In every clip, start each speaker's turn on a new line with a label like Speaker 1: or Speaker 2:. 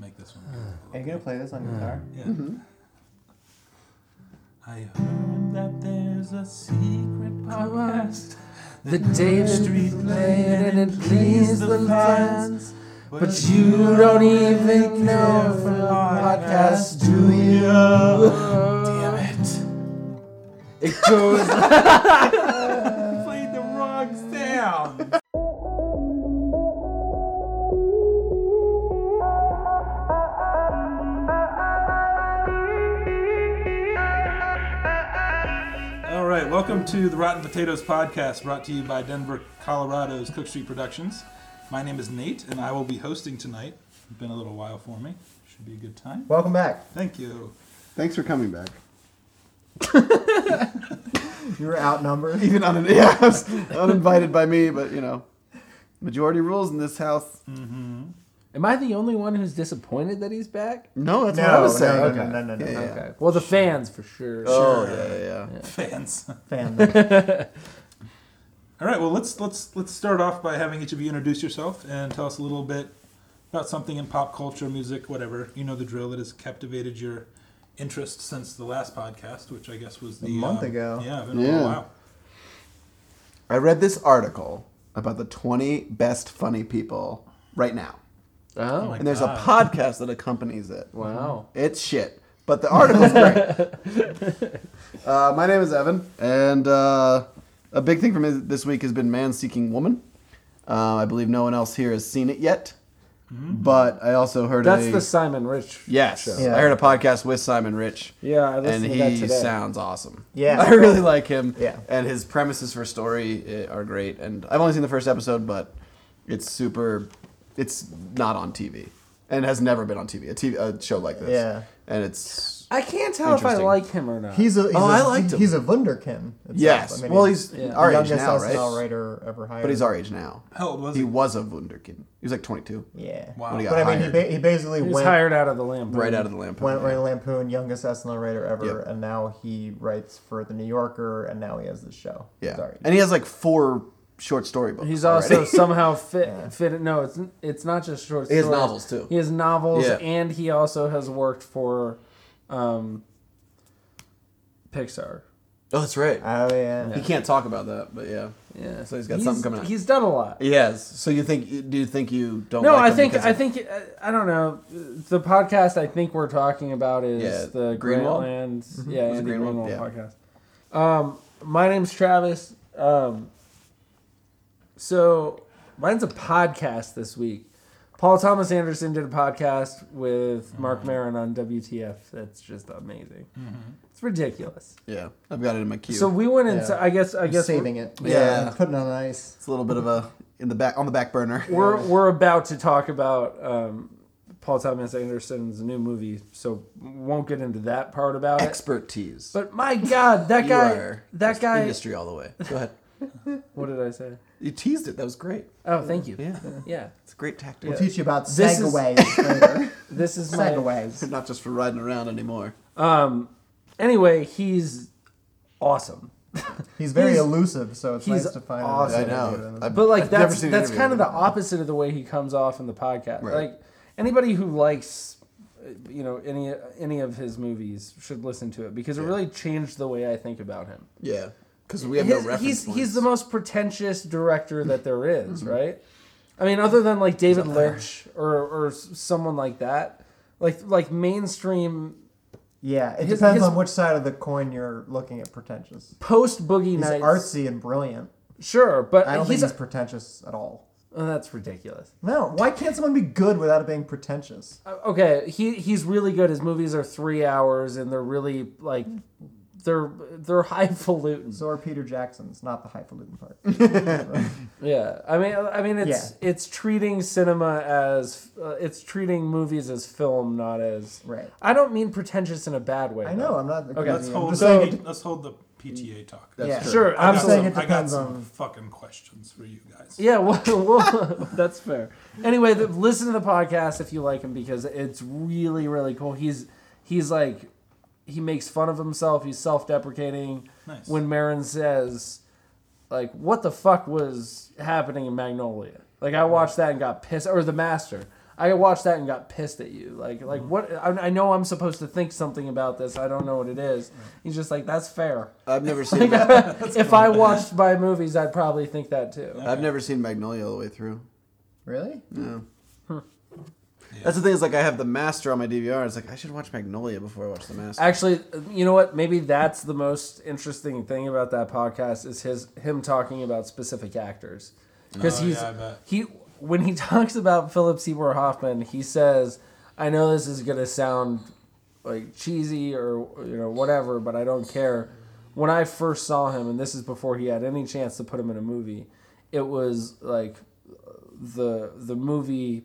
Speaker 1: like this one.
Speaker 2: Are you gonna play this on guitar?
Speaker 1: Yeah. I heard that there's a secret podcast.
Speaker 3: The Dave Street played and it pleased the fans. But you don't even know if a podcast, do you?
Speaker 1: Damn it.
Speaker 3: It goes
Speaker 1: Played the wrong sound. All right, welcome to the Rotten Potatoes podcast brought to you by Denver, Colorado's Cook Street Productions. My name is Nate, and I will be hosting tonight. It's been a little while for me. Should be a good time.
Speaker 2: Welcome back.
Speaker 1: Thank you.
Speaker 4: Thanks for coming back.
Speaker 2: You were outnumbered.
Speaker 4: Even un- yeah, I was uninvited by me, but you know, majority rules in this house.
Speaker 3: Am I the only one who's disappointed that he's back?
Speaker 4: No, that's what
Speaker 2: No,
Speaker 4: I was
Speaker 2: no,
Speaker 4: saying.
Speaker 2: no, no, no, no, no,
Speaker 4: Yeah,
Speaker 2: no.
Speaker 4: yeah.
Speaker 3: Okay. Well, the fans for sure.
Speaker 4: Oh yeah, yeah, yeah.
Speaker 1: Fans.
Speaker 2: Fan.
Speaker 1: All right. Well, let's let's let's start off by having each of you introduce yourself and tell us a little bit about something in pop culture, music, whatever. You know the drill that has captivated your interest since the last podcast, which I guess was the
Speaker 2: month
Speaker 1: um,
Speaker 2: ago.
Speaker 1: Yeah, been a
Speaker 4: Yeah.
Speaker 1: little while.
Speaker 4: I read this article about the 20 best funny people right now,
Speaker 3: Oh,
Speaker 1: my
Speaker 4: and there's
Speaker 1: God.
Speaker 4: a podcast that accompanies it.
Speaker 3: wow.
Speaker 4: It's shit, but the article's great. uh, my name is Evan, and uh, a big thing for me this week has been Man Seeking Woman. Uh, I believe no one else here has seen it yet, but I also heard
Speaker 3: That's
Speaker 4: a,
Speaker 3: the Simon Rich.
Speaker 4: Yes,
Speaker 3: show.
Speaker 2: Yeah.
Speaker 4: I heard a podcast with Simon Rich.
Speaker 3: Yeah, I
Speaker 4: and
Speaker 3: listened to that
Speaker 4: he
Speaker 3: today.
Speaker 4: sounds awesome.
Speaker 2: Yeah.
Speaker 4: I really like him.
Speaker 2: Yeah.
Speaker 4: and his premises for story eh, are great. And I've only seen the first episode, but it's super. It's not on TV, and has never been on TV. A TV a show like this.
Speaker 2: Yeah.
Speaker 4: and it's
Speaker 3: I can't tell if I
Speaker 4: Interesting.
Speaker 3: like him or not.
Speaker 2: He's a. He's
Speaker 4: Oh,
Speaker 2: a-
Speaker 4: I liked him.
Speaker 2: He's a wunderkind. itself.
Speaker 4: yes.
Speaker 2: I mean,
Speaker 4: well, he's
Speaker 3: Yeah.
Speaker 4: our age
Speaker 2: youngest
Speaker 4: now,
Speaker 2: SNL
Speaker 4: right?
Speaker 2: writer ever hired.
Speaker 4: But he's our age now.
Speaker 1: How old was
Speaker 4: He
Speaker 1: he?
Speaker 4: was a wunderkind. He was like 22,
Speaker 2: Yeah.
Speaker 1: Wow.
Speaker 4: What do you
Speaker 2: But I mean, he,
Speaker 4: hired.
Speaker 2: ba- he basically
Speaker 3: He was
Speaker 2: went
Speaker 3: hired out of the lamp.
Speaker 4: right out of the lamp.
Speaker 2: went Ray Lampoon, youngest SNL writer ever,
Speaker 4: Yep.
Speaker 2: and now he writes for the New Yorker, and now he has this show.
Speaker 4: Yeah,
Speaker 2: Sorry.
Speaker 4: and he has like four short story books.
Speaker 3: He's also
Speaker 4: already.
Speaker 3: somehow fit. Fit. No, it's it's not just short stories.
Speaker 4: He has novels, too.
Speaker 3: He has novels,
Speaker 4: Yeah.
Speaker 3: and he also has worked for, um, Pixar.
Speaker 4: oh, that's right.
Speaker 2: Oh yeah.
Speaker 4: He can't talk about that, but yeah.
Speaker 3: Yeah.
Speaker 4: So he's got something coming out.
Speaker 3: He's done a lot.
Speaker 4: Yes. So you think? Do you think you don't?
Speaker 3: No,
Speaker 4: like
Speaker 3: I
Speaker 4: him
Speaker 3: think
Speaker 4: because
Speaker 3: I
Speaker 4: of-
Speaker 3: think uh, I don't know. The podcast I think we're talking about is
Speaker 4: Yeah,
Speaker 3: the
Speaker 4: Greenwald? Mm-hmm.
Speaker 3: Greenland, yeah,
Speaker 4: it
Speaker 3: Andy Greenwald,
Speaker 4: Greenwald? Yeah.
Speaker 3: podcast. Um, my name's Travis. Um, so mine's a podcast this week. Paul Thomas Anderson did a podcast with Mark
Speaker 4: Mm-hmm.
Speaker 3: Maron on WTF. That's just amazing. It's ridiculous.
Speaker 4: Yeah, I've got it in my queue.
Speaker 3: So we went into
Speaker 2: Yeah.
Speaker 3: I guess I
Speaker 2: I'm
Speaker 3: guess
Speaker 2: saving it.
Speaker 4: Yeah.
Speaker 2: Putting it on ice.
Speaker 4: it's a little bit of a in the back on the back burner.
Speaker 3: we're we're about to talk about um, Paul Thomas Anderson's new movie, so won't get into that part about it.
Speaker 4: Expertise.
Speaker 3: But my God, that
Speaker 4: You
Speaker 3: guy,
Speaker 4: are
Speaker 3: that
Speaker 4: just
Speaker 3: guy.
Speaker 4: Industry all the way. Go ahead.
Speaker 3: What did I say?
Speaker 4: You teased it. That was great.
Speaker 3: Oh, thank you.
Speaker 4: Yeah,
Speaker 3: Yeah,
Speaker 4: it's a great tactic.
Speaker 2: We'll teach you about
Speaker 3: This is-
Speaker 2: segues later.
Speaker 3: this is my.
Speaker 2: segues.
Speaker 4: Not just for riding around anymore.
Speaker 3: Um, anyway, he's awesome,
Speaker 2: He's very
Speaker 3: He's-
Speaker 2: elusive, so it's
Speaker 3: he's
Speaker 2: nice to find.
Speaker 3: awesome.
Speaker 4: I
Speaker 2: another
Speaker 4: know.
Speaker 2: interview with him.
Speaker 4: I've-
Speaker 3: but like
Speaker 4: I've never
Speaker 3: that's
Speaker 4: seen an
Speaker 3: that's
Speaker 4: interview
Speaker 3: kind of
Speaker 4: with
Speaker 3: the
Speaker 4: him.
Speaker 3: opposite of the way he comes off in the podcast.
Speaker 4: Right.
Speaker 3: Like anybody who likes, uh, you know, any any of his movies should listen to it because it
Speaker 4: Yeah.
Speaker 3: really changed the way I think about him.
Speaker 4: Yeah, because we have
Speaker 3: His-
Speaker 4: no reference.
Speaker 3: he's
Speaker 4: points.
Speaker 3: he's the most pretentious director that there is,
Speaker 2: Mm-hmm.
Speaker 3: right? I mean, other than like David Lynch or or s- someone like that, like like mainstream
Speaker 2: Yeah, it
Speaker 3: His-
Speaker 2: depends
Speaker 3: his-
Speaker 2: on which side of the coin you're looking at pretentious.
Speaker 3: post Boogie
Speaker 2: He's
Speaker 3: Nights.
Speaker 2: artsy and brilliant.
Speaker 3: Sure, but
Speaker 2: I don't
Speaker 3: he's,
Speaker 2: think he's pretentious at all.
Speaker 3: oh, that's ridiculous.
Speaker 2: No, why can't someone be good without it being pretentious?
Speaker 3: Uh, Okay, he he's really good. His movies are three hours, and they're really like they're they're highfalutin.
Speaker 2: So are Peter Jackson's, not the highfalutin part.
Speaker 3: Yeah, I mean, I mean, it's it's treating cinema as uh, it's treating movies as film, not as
Speaker 2: Right.
Speaker 3: I don't mean pretentious in a bad way.
Speaker 2: I
Speaker 3: though.
Speaker 2: know, I'm not. Okay,
Speaker 1: Let's hold,
Speaker 2: I'm just
Speaker 1: the,
Speaker 2: saying. it-
Speaker 1: let's hold the PTA talk.
Speaker 4: That's
Speaker 2: yeah.
Speaker 4: true.
Speaker 3: Sure,
Speaker 1: I got
Speaker 2: saying
Speaker 1: some-
Speaker 3: absolutely.
Speaker 2: it
Speaker 1: I got
Speaker 2: depends
Speaker 1: some
Speaker 2: on-
Speaker 1: fucking questions for you guys.
Speaker 3: Yeah, well, well, that's fair. Anyway, the, listen to the podcast if you like him because it's really, really cool. He's he's like he makes fun of himself. He's self-deprecating.
Speaker 1: Nice.
Speaker 3: When Marin says, like, "What the fuck was happening in Magnolia?" Like, I watched that and got pissed. Or The Master. I watched that and got pissed at you. Like, like what? I, I know I'm supposed to think something about this. I don't know what it is. He's just like, that's fair.
Speaker 4: I've never seen.
Speaker 3: Like, uh, if I watched my movies, I'd probably think that too.
Speaker 4: I've never seen Magnolia all the way through.
Speaker 5: Really?
Speaker 4: No. That's the thing. Is like I have The Master on my DVR. It's like I should watch Magnolia before I watch The Master.
Speaker 3: Actually, you know what? Maybe that's the most interesting thing about that podcast is his him talking about specific actors because
Speaker 1: Oh,
Speaker 3: he's
Speaker 1: yeah, I bet.
Speaker 3: he when he talks about Philip Seymour Hoffman, he says, "I know this is gonna sound like cheesy or you know whatever, but I don't care." When I first saw him, and this is before he had any chance to put him in a movie, it was like the the movie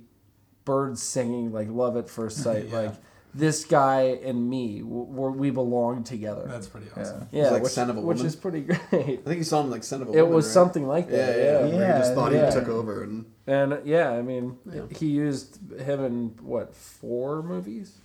Speaker 3: birds singing like love at first sight
Speaker 1: Yeah.
Speaker 3: like this guy and me w- we're, we belong together
Speaker 1: That's pretty awesome.
Speaker 5: Yeah.
Speaker 3: yeah
Speaker 4: like
Speaker 3: which,
Speaker 4: Son of a
Speaker 3: which
Speaker 4: Woman.
Speaker 3: is pretty great
Speaker 4: I think you saw him like Son of a
Speaker 3: it
Speaker 4: Woman,
Speaker 3: was
Speaker 4: right?
Speaker 3: something like
Speaker 4: Yeah,
Speaker 3: that
Speaker 4: yeah.
Speaker 3: yeah,
Speaker 4: where he just
Speaker 5: Yeah,
Speaker 4: thought
Speaker 3: yeah.
Speaker 4: he took over, and
Speaker 3: and yeah i mean
Speaker 4: Yeah.
Speaker 3: he used him in what four movies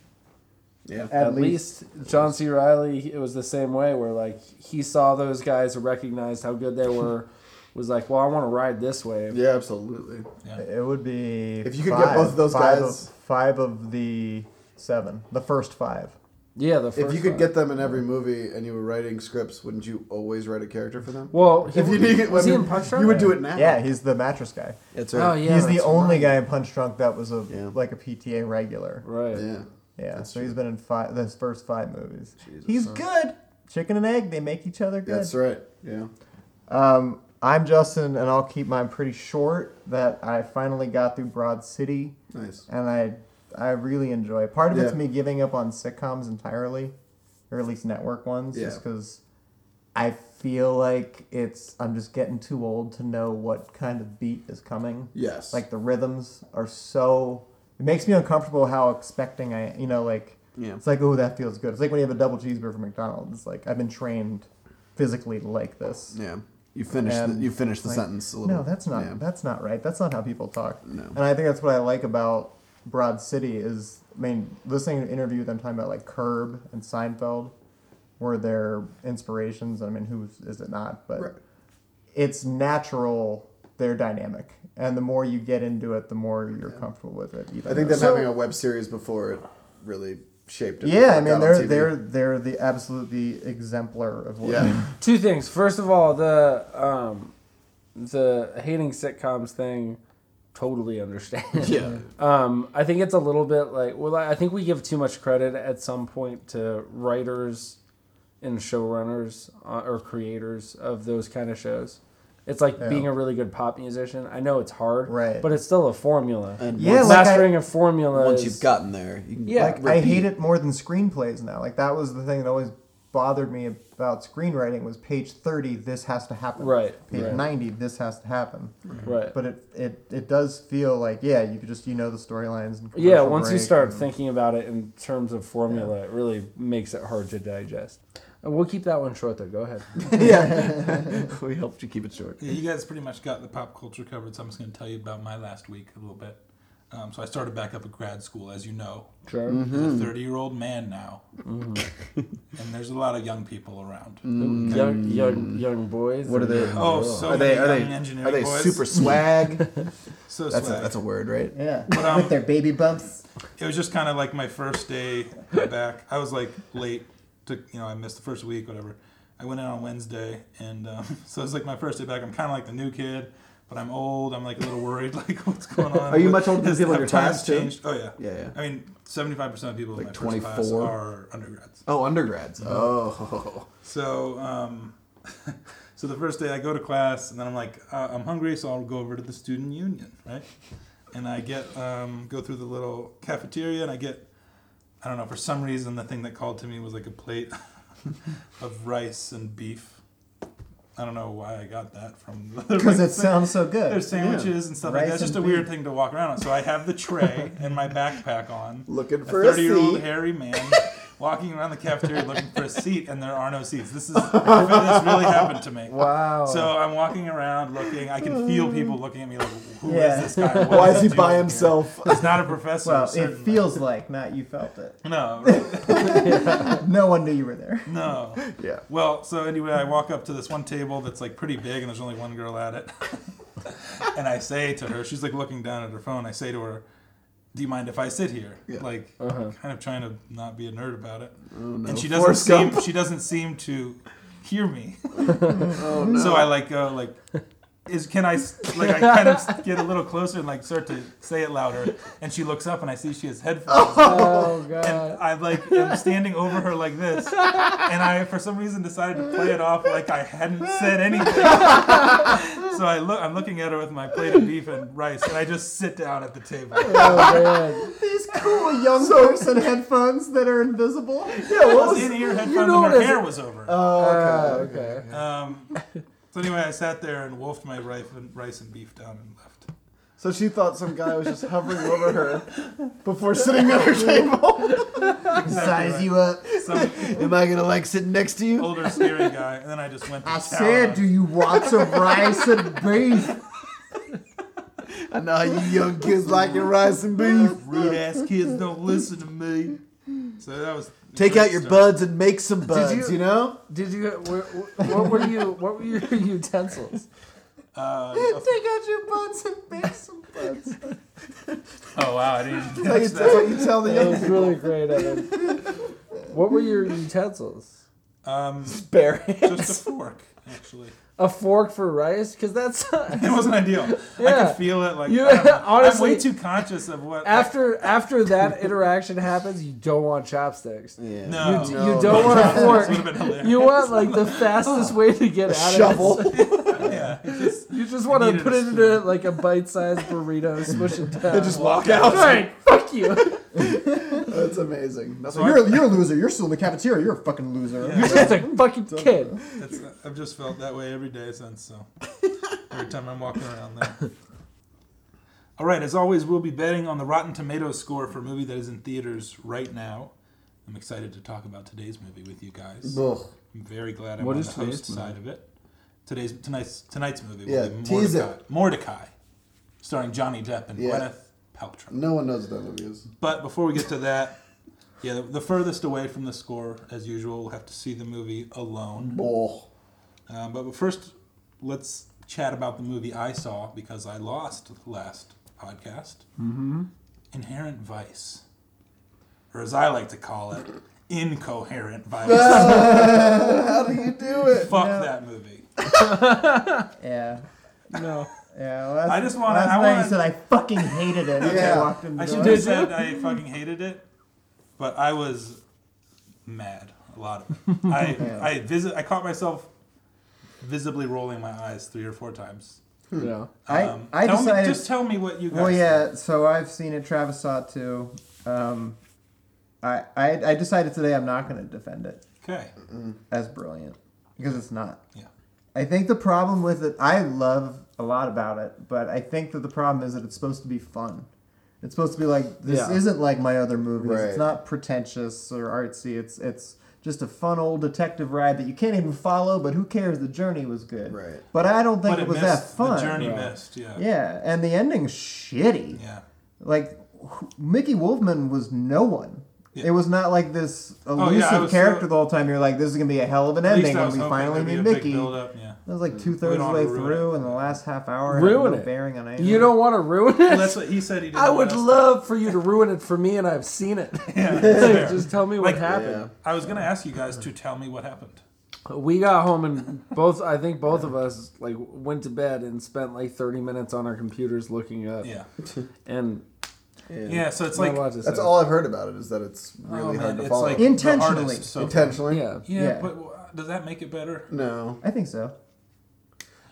Speaker 4: yeah,
Speaker 5: At
Speaker 3: at least, John C. Riley, it was the same way where like he saw those guys and recognized how good they were, was like, well, I want to ride this wave.
Speaker 4: yeah, absolutely.
Speaker 5: It would be
Speaker 4: If you could get both of those
Speaker 5: five
Speaker 4: guys-
Speaker 5: of, five of the seven, the first five.
Speaker 3: Yeah, the first
Speaker 4: If you could
Speaker 3: one.
Speaker 4: get them in every movie and you were writing scripts, wouldn't you always write a character for them?
Speaker 3: well, he,
Speaker 4: if you did
Speaker 3: was he in Punch Drunk?
Speaker 4: you would do it now.
Speaker 5: Yeah, he's the mattress guy.
Speaker 4: that's
Speaker 3: Oh
Speaker 4: right.
Speaker 3: yeah,
Speaker 5: he's the
Speaker 3: that's
Speaker 5: only
Speaker 3: right.
Speaker 5: guy in Punch Drunk that was a
Speaker 4: Yeah.
Speaker 5: like a PTA regular.
Speaker 3: Right.
Speaker 4: yeah.
Speaker 5: Yeah,
Speaker 4: That's
Speaker 5: so
Speaker 4: true.
Speaker 5: he's been in five his first five movies.
Speaker 4: Jesus.
Speaker 5: he's good. Chicken and egg, they make each other good.
Speaker 4: That's right. Yeah.
Speaker 5: Um, I'm Justin, and I'll keep mine pretty short. That I finally got through Broad City,
Speaker 4: Nice.
Speaker 5: and I I really enjoy. it. Part of it's
Speaker 4: Yeah.
Speaker 5: me giving up on sitcoms entirely, or at least network ones, just
Speaker 4: Yeah.
Speaker 5: because I feel like it's I'm just getting too old to know what kind of beat is coming.
Speaker 4: Yes.
Speaker 5: Like the rhythms are so. It makes me uncomfortable how expecting I you know like
Speaker 4: yeah.
Speaker 5: it's like, oh, that feels good. It's like when you have a double cheeseburger from McDonald's. It's like, I've been trained physically to like this.
Speaker 4: Yeah. You finish the,
Speaker 5: And,
Speaker 4: you finish the
Speaker 5: like,
Speaker 4: sentence a little.
Speaker 5: No, that's not
Speaker 4: Yeah.
Speaker 5: that's not right. That's not how people talk.
Speaker 4: No.
Speaker 5: And I think that's what I like about Broad City is, I mean, listening to an interview with them talking about like Curb and Seinfeld were their inspirations. I mean, who is it not? But
Speaker 4: Right.
Speaker 5: it's natural, their dynamic. And the more you get into it, the more you're comfortable with it. even
Speaker 4: I think
Speaker 5: though-
Speaker 4: them having a web series before it really shaped it.
Speaker 5: yeah, I
Speaker 4: It got
Speaker 5: mean
Speaker 4: on
Speaker 5: they're
Speaker 4: TV.
Speaker 5: they're they're the absolute the exemplar of what
Speaker 4: Yeah.
Speaker 3: Two things. First of all, the um, the hating sitcoms thing, totally understand.
Speaker 4: Yeah.
Speaker 3: Um, I think it's a little bit like well, I think we give too much credit at some point to writers and showrunners uh, or creators of those kind of shows. It's like
Speaker 5: Yeah.
Speaker 3: being a really good pop musician. I know it's hard,
Speaker 5: Right.
Speaker 3: but it's still a formula.
Speaker 4: And
Speaker 5: Yeah,
Speaker 4: once,
Speaker 5: like-
Speaker 3: Mastering a formula.
Speaker 4: once
Speaker 3: is-
Speaker 4: you've gotten there, you can
Speaker 3: Yeah.
Speaker 5: like I hate it more than screenplays now. Like that was the thing that always bothered me about screenwriting was page thirty, this has to happen.
Speaker 3: Right,
Speaker 5: Page
Speaker 3: right.
Speaker 5: ninety, this has to happen.
Speaker 3: right.
Speaker 5: But it, it it does feel like yeah, you could just you know the storylines and
Speaker 3: Yeah,
Speaker 5: commercial
Speaker 3: once you
Speaker 5: break
Speaker 3: start
Speaker 5: and-
Speaker 3: thinking about it in terms of formula, it really makes it hard to digest. And Uh, we'll keep that one short though. Go ahead.
Speaker 4: yeah. we helped you keep it short.
Speaker 1: Yeah, you guys pretty much got the pop culture covered, so I'm just going to tell you about my last week a little bit. Um, so I started back up at grad school, as you know.
Speaker 3: Sure.
Speaker 4: Mm-hmm.
Speaker 1: I'm a 30 year old man now, and there's a lot of young people around.
Speaker 3: Young, young, young boys.
Speaker 4: What Mm-hmm. are they?
Speaker 1: Oh, so
Speaker 4: are they
Speaker 1: many
Speaker 4: are
Speaker 1: young
Speaker 4: they
Speaker 1: engineering
Speaker 4: are they
Speaker 1: boys.
Speaker 4: super swag?
Speaker 1: So
Speaker 4: that's a,
Speaker 1: swag.
Speaker 4: that's a word, right?
Speaker 5: Yeah.
Speaker 1: um,
Speaker 5: With their baby bumps.
Speaker 1: it was just kind of like my first day back. I was like late to you know I missed the first week whatever. I went in on Wednesday and um, so it's like my first day back. I'm kind of like the new kid, but I'm old. I'm like a little worried like what's going on.
Speaker 4: Are you much older than
Speaker 1: Has-
Speaker 4: people in
Speaker 1: have
Speaker 4: your
Speaker 1: times
Speaker 4: class, too?
Speaker 1: Changed? Oh yeah.
Speaker 4: Yeah, yeah.
Speaker 1: I mean, 75 percent of people in
Speaker 4: Like
Speaker 1: my first class
Speaker 4: 24?
Speaker 1: are undergrads.
Speaker 4: Oh, undergrads.
Speaker 1: Mm-hmm.
Speaker 4: Oh,
Speaker 1: So, um, so the first day I go to class, and then I'm like, uh, I'm hungry, so I'll go over to the student union, right? And I get um, go through the little cafeteria, and I get, I don't know, for some reason, the thing that called to me was like a plate of rice and beef. I don't know why I got that from the
Speaker 5: Because it sounds so
Speaker 1: their
Speaker 5: good.
Speaker 1: sandwiches and stuff like
Speaker 5: Rice
Speaker 1: that. It's just a
Speaker 5: and
Speaker 1: weird
Speaker 5: beef.
Speaker 1: thing to walk around on. So I have the tray and my backpack on
Speaker 4: looking
Speaker 1: a
Speaker 4: for a
Speaker 1: 30 year old
Speaker 4: seat.
Speaker 1: hairy man walking around the cafeteria looking for a seat and there are no seats this is this really happened to me
Speaker 3: Wow.
Speaker 1: so i'm walking around looking i can feel people looking at me like who is
Speaker 5: Yeah.
Speaker 1: this guy What
Speaker 4: Why is he
Speaker 1: doing
Speaker 4: by
Speaker 1: here?
Speaker 4: himself?
Speaker 1: he's not a professor
Speaker 5: Well, it
Speaker 3: uh,
Speaker 1: certainly.
Speaker 5: feels like not you felt it.
Speaker 1: no
Speaker 5: No one knew you were there.
Speaker 1: no
Speaker 4: yeah.
Speaker 1: well so anyway i walk up to this one table that's like pretty big and there's only one girl at it and i say to her she's like looking down at her phone i say to her do you mind if I sit here?
Speaker 4: Yeah. Oh,
Speaker 1: Like, kind of trying to not be a nerd about it.
Speaker 4: no.
Speaker 1: And she doesn't
Speaker 4: Forrest
Speaker 1: seem
Speaker 4: Gump.
Speaker 1: she doesn't seem to hear me.
Speaker 4: Oh,
Speaker 1: So I like go like. Is can I s- like I kind of get a little closer and like start to say it louder, and she looks up and I see she has headphones.
Speaker 3: Oh
Speaker 1: And
Speaker 3: god.
Speaker 1: I like am standing over her like this, and I for some reason decided to play it off like I hadn't said anything. so I look, I'm looking at her with my plate of beef and rice, and I just sit down at the table.
Speaker 3: Oh man.
Speaker 5: These cool young person headphones that are invisible.
Speaker 3: Yeah, what
Speaker 1: In ear headphones,
Speaker 3: know
Speaker 1: and
Speaker 3: what
Speaker 1: her
Speaker 3: is-
Speaker 1: hair was over.
Speaker 4: Uh,
Speaker 3: Oh, okay.
Speaker 1: Um, so anyway, I sat there and wolfed my rice and rice and beef down and left.
Speaker 4: So she thought some guy was just hovering over her.
Speaker 5: Before sitting at her table, size you up.
Speaker 1: Some
Speaker 4: Am I gonna like sit next to you?
Speaker 1: older scary guy, and then I just went to
Speaker 5: I
Speaker 1: town.
Speaker 5: said,
Speaker 1: on-
Speaker 5: do you want some rice and beef?
Speaker 4: I know how you young kids like your rice and beef.
Speaker 1: rude ass kids don't listen to me. So that was
Speaker 4: Take out your buds and make some buds.
Speaker 3: you-
Speaker 4: You, know.
Speaker 3: Did you? wh- wh- What were you? What were your utensils?
Speaker 1: Uh,
Speaker 5: Take out your buds and make some buds.
Speaker 1: oh wow, I didn't. even catch
Speaker 4: That's what you- that's
Speaker 1: that.
Speaker 4: what you tell the
Speaker 3: That
Speaker 4: young
Speaker 3: was really great, Evan. What were your utensils?
Speaker 1: Um,
Speaker 3: Bare hands.
Speaker 1: just a fork, actually.
Speaker 3: A fork for rice? Because that's
Speaker 1: It wasn't ideal. I
Speaker 3: Yeah.
Speaker 1: could feel it. Like
Speaker 3: You-
Speaker 1: I don't know.
Speaker 3: honestly-
Speaker 1: I'm way too conscious of what.
Speaker 3: after after that interaction happens, you don't want chopsticks.
Speaker 4: Yeah.
Speaker 1: no,
Speaker 3: You,
Speaker 1: no.
Speaker 3: you don't want a
Speaker 1: This would've
Speaker 3: fork.
Speaker 1: been hilarious.
Speaker 3: You want like the fastest way to get out
Speaker 4: shovel.
Speaker 3: of it.
Speaker 1: yeah, it just,
Speaker 3: You just want to
Speaker 1: needed
Speaker 3: put
Speaker 1: a
Speaker 3: it into like a bite-sized burrito, smush it down.
Speaker 4: just walk out.
Speaker 3: All right, fuck you.
Speaker 4: That's amazing. That's
Speaker 1: So
Speaker 4: what
Speaker 1: I-
Speaker 5: You're, a- you're a loser. You're still in the cafeteria. You're a fucking loser.
Speaker 1: Yeah.
Speaker 3: You're just a fucking kid.
Speaker 1: that's, I've just felt that way every day since. So every time I'm walking around there. All right, as always, we'll be betting on the Rotten Tomatoes score for a movie that is in theaters right now. I'm excited to talk about today's movie with you guys.
Speaker 4: Ugh.
Speaker 1: I'm very glad I'm
Speaker 3: What
Speaker 1: on
Speaker 3: is
Speaker 1: the host
Speaker 3: today's
Speaker 1: side of it. Today's tonight's tonight's movie
Speaker 4: Yeah,
Speaker 1: will be
Speaker 4: tease it.
Speaker 1: Mordecai, Mordecai, starring Johnny Depp and
Speaker 4: Yeah.
Speaker 1: Gwyneth Paltrow.
Speaker 4: No one knows what that movie is.
Speaker 1: But before we get to that, yeah, the, the furthest away from the score, as usual, we'll have to see the movie alone.
Speaker 4: Bull.
Speaker 1: Um, but first, let's chat about the movie I saw because I lost last podcast. Mm-hmm. Inherent Vice, or as I like to call it, Incoherent Vice.
Speaker 4: How do you do it?
Speaker 1: Fuck that movie.
Speaker 5: Yeah.
Speaker 3: No.
Speaker 5: Yeah. Well,
Speaker 1: I just wanna-
Speaker 5: Last
Speaker 1: I
Speaker 5: night you
Speaker 1: wanna-
Speaker 5: said I fucking hated it.
Speaker 4: Yeah.
Speaker 5: I walked in the
Speaker 1: I
Speaker 5: door.
Speaker 1: should have said I fucking hated it, but I was mad a lot. Of it. I I visit. I caught myself visibly rolling my eyes three or four times.
Speaker 3: No.
Speaker 5: I-
Speaker 1: Um,
Speaker 5: I
Speaker 1: tell
Speaker 5: decided-
Speaker 1: Me, just tell me what you guys.
Speaker 5: Well, yeah. So I've seen it. Travis saw it too. Um, I, I I decided today I'm not going to defend it
Speaker 1: think. Okay.
Speaker 5: as brilliant because it's not.
Speaker 1: Yeah.
Speaker 5: I think the problem with it, I love a lot about it, but I think that the problem is that it's supposed to be fun. It's supposed to be like this
Speaker 3: Yeah.
Speaker 5: isn't like my other movies.
Speaker 4: Right.
Speaker 5: It's not pretentious or artsy. It's it's just a fun old detective ride that you can't even follow. But who cares? The journey was good.
Speaker 4: Right.
Speaker 5: But I don't think
Speaker 1: But
Speaker 5: it,
Speaker 1: it
Speaker 5: was
Speaker 1: missed.
Speaker 5: that fun.
Speaker 1: The journey
Speaker 3: Right.
Speaker 1: missed. Yeah. Yeah.
Speaker 5: Yeah, and the ending's shitty. Like wh- Mickey Wolfman was no one.
Speaker 1: Yeah. Oh,
Speaker 5: It was not like this
Speaker 1: yeah, I
Speaker 5: elusive
Speaker 1: was so-
Speaker 5: character the whole time. You're like, this is gonna be a hell of an
Speaker 1: At least
Speaker 5: ending
Speaker 1: I
Speaker 5: when
Speaker 1: was
Speaker 5: we
Speaker 1: hoping
Speaker 5: finally
Speaker 1: there'd be
Speaker 5: meet
Speaker 1: a
Speaker 5: Mickey.
Speaker 1: Big build up. Yeah.
Speaker 5: That was like two
Speaker 1: We
Speaker 5: thirds
Speaker 1: don't
Speaker 5: of
Speaker 1: wanna
Speaker 5: the way
Speaker 1: ruin
Speaker 5: through, and the last half hour had
Speaker 3: Ruin
Speaker 5: no
Speaker 3: it.
Speaker 5: bearing on anything.
Speaker 3: You don't want to ruin
Speaker 1: Well,
Speaker 3: it.
Speaker 1: that's what he said. He did.
Speaker 3: I would love for you to ruin it for me, and I've seen it.
Speaker 1: Yeah, that's fair.
Speaker 3: Just tell me what
Speaker 1: Like,
Speaker 3: happened.
Speaker 1: I was gonna ask you guys to tell me what happened.
Speaker 3: We got home and both. I think both of us like went to bed and spent like thirty minutes on our computers looking up.
Speaker 1: Yeah.
Speaker 3: And
Speaker 4: Yeah.
Speaker 1: Yeah. So it's
Speaker 3: my
Speaker 1: like
Speaker 3: watch is
Speaker 4: That's
Speaker 3: out.
Speaker 4: all I've heard about it is that it's
Speaker 1: oh,
Speaker 4: really
Speaker 1: man,
Speaker 4: hard to
Speaker 1: it's
Speaker 4: follow.
Speaker 1: like
Speaker 5: Intentionally.
Speaker 1: The hardest so far.
Speaker 4: Intentionally.
Speaker 3: Yeah.
Speaker 1: Yeah,
Speaker 5: Yeah.
Speaker 1: but w- does that make it better?
Speaker 4: No.
Speaker 5: I think so.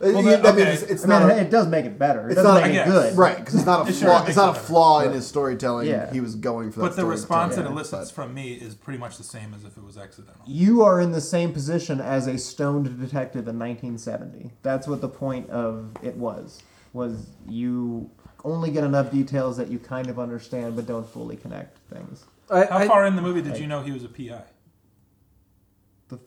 Speaker 4: Well,
Speaker 1: that-
Speaker 4: I mean,
Speaker 1: okay.
Speaker 4: it's, it's
Speaker 5: I mean,
Speaker 4: not
Speaker 5: it does make it better. It
Speaker 4: It's
Speaker 5: doesn't
Speaker 4: not-
Speaker 5: make
Speaker 1: I
Speaker 5: it
Speaker 1: guess.
Speaker 5: good.
Speaker 4: right because it's not a
Speaker 1: It sure
Speaker 4: flaw. It's
Speaker 1: makes
Speaker 4: not a
Speaker 1: it better.
Speaker 4: flaw in his storytelling.
Speaker 5: Yeah.
Speaker 4: He was going for that.
Speaker 1: But the response it
Speaker 4: storytelling,
Speaker 1: elicits from me is pretty much the same as if it was accidental.
Speaker 5: You are in the same position as a stoned detective in 1970. That's what the point of it was. Was you only get enough details that you kind of understand, but don't fully connect things.
Speaker 3: I,
Speaker 1: How
Speaker 3: I,
Speaker 1: far in the movie did you know he was a PI?
Speaker 5: The,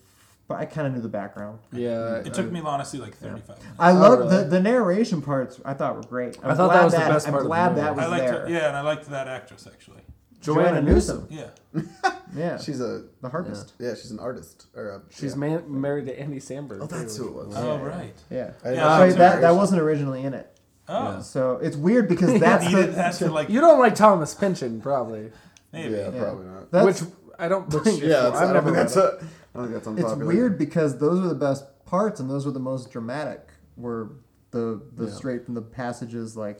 Speaker 5: but I kind of knew the background.
Speaker 3: Yeah.
Speaker 1: It
Speaker 3: I-
Speaker 1: took me honestly like 35 minutes.
Speaker 5: I love
Speaker 3: Oh, really?
Speaker 5: the, the narration parts. I thought were great. I'm
Speaker 3: I thought that
Speaker 5: glad
Speaker 3: was the best part of
Speaker 5: I'm
Speaker 3: the
Speaker 5: glad
Speaker 3: movie.
Speaker 5: that was
Speaker 1: I liked
Speaker 5: there.
Speaker 1: her, yeah, and I liked that actress actually.
Speaker 5: Joanna Newsom.
Speaker 1: Yeah,
Speaker 5: Yeah,
Speaker 4: but She's a
Speaker 5: the harpist.
Speaker 4: yeah. She's an artist or a,
Speaker 3: She's
Speaker 4: yeah.
Speaker 3: man, married to Andy Samberg.
Speaker 4: Oh, that's who it was.
Speaker 1: Oh right.
Speaker 5: Yeah.
Speaker 4: I didn't
Speaker 1: Yeah,
Speaker 4: know
Speaker 5: Sorry,
Speaker 1: that's
Speaker 5: that, that
Speaker 4: narration.
Speaker 5: wasn't originally in it.
Speaker 1: Oh,
Speaker 5: So it's weird because that's
Speaker 1: you did
Speaker 5: the
Speaker 1: that for like
Speaker 3: You don't like Thomas Pynchon, probably.
Speaker 1: maybe.
Speaker 4: Yeah,
Speaker 5: Yeah.
Speaker 4: probably not.
Speaker 5: that's,
Speaker 3: which I don't think.
Speaker 4: yeah, that's, I don't
Speaker 3: I've never
Speaker 4: think
Speaker 3: read
Speaker 4: that's
Speaker 3: it.
Speaker 4: a, I don't think that's
Speaker 5: it's
Speaker 4: unpopular.
Speaker 5: weird because those were the best parts and those were the most dramatic were the the straight from the passages like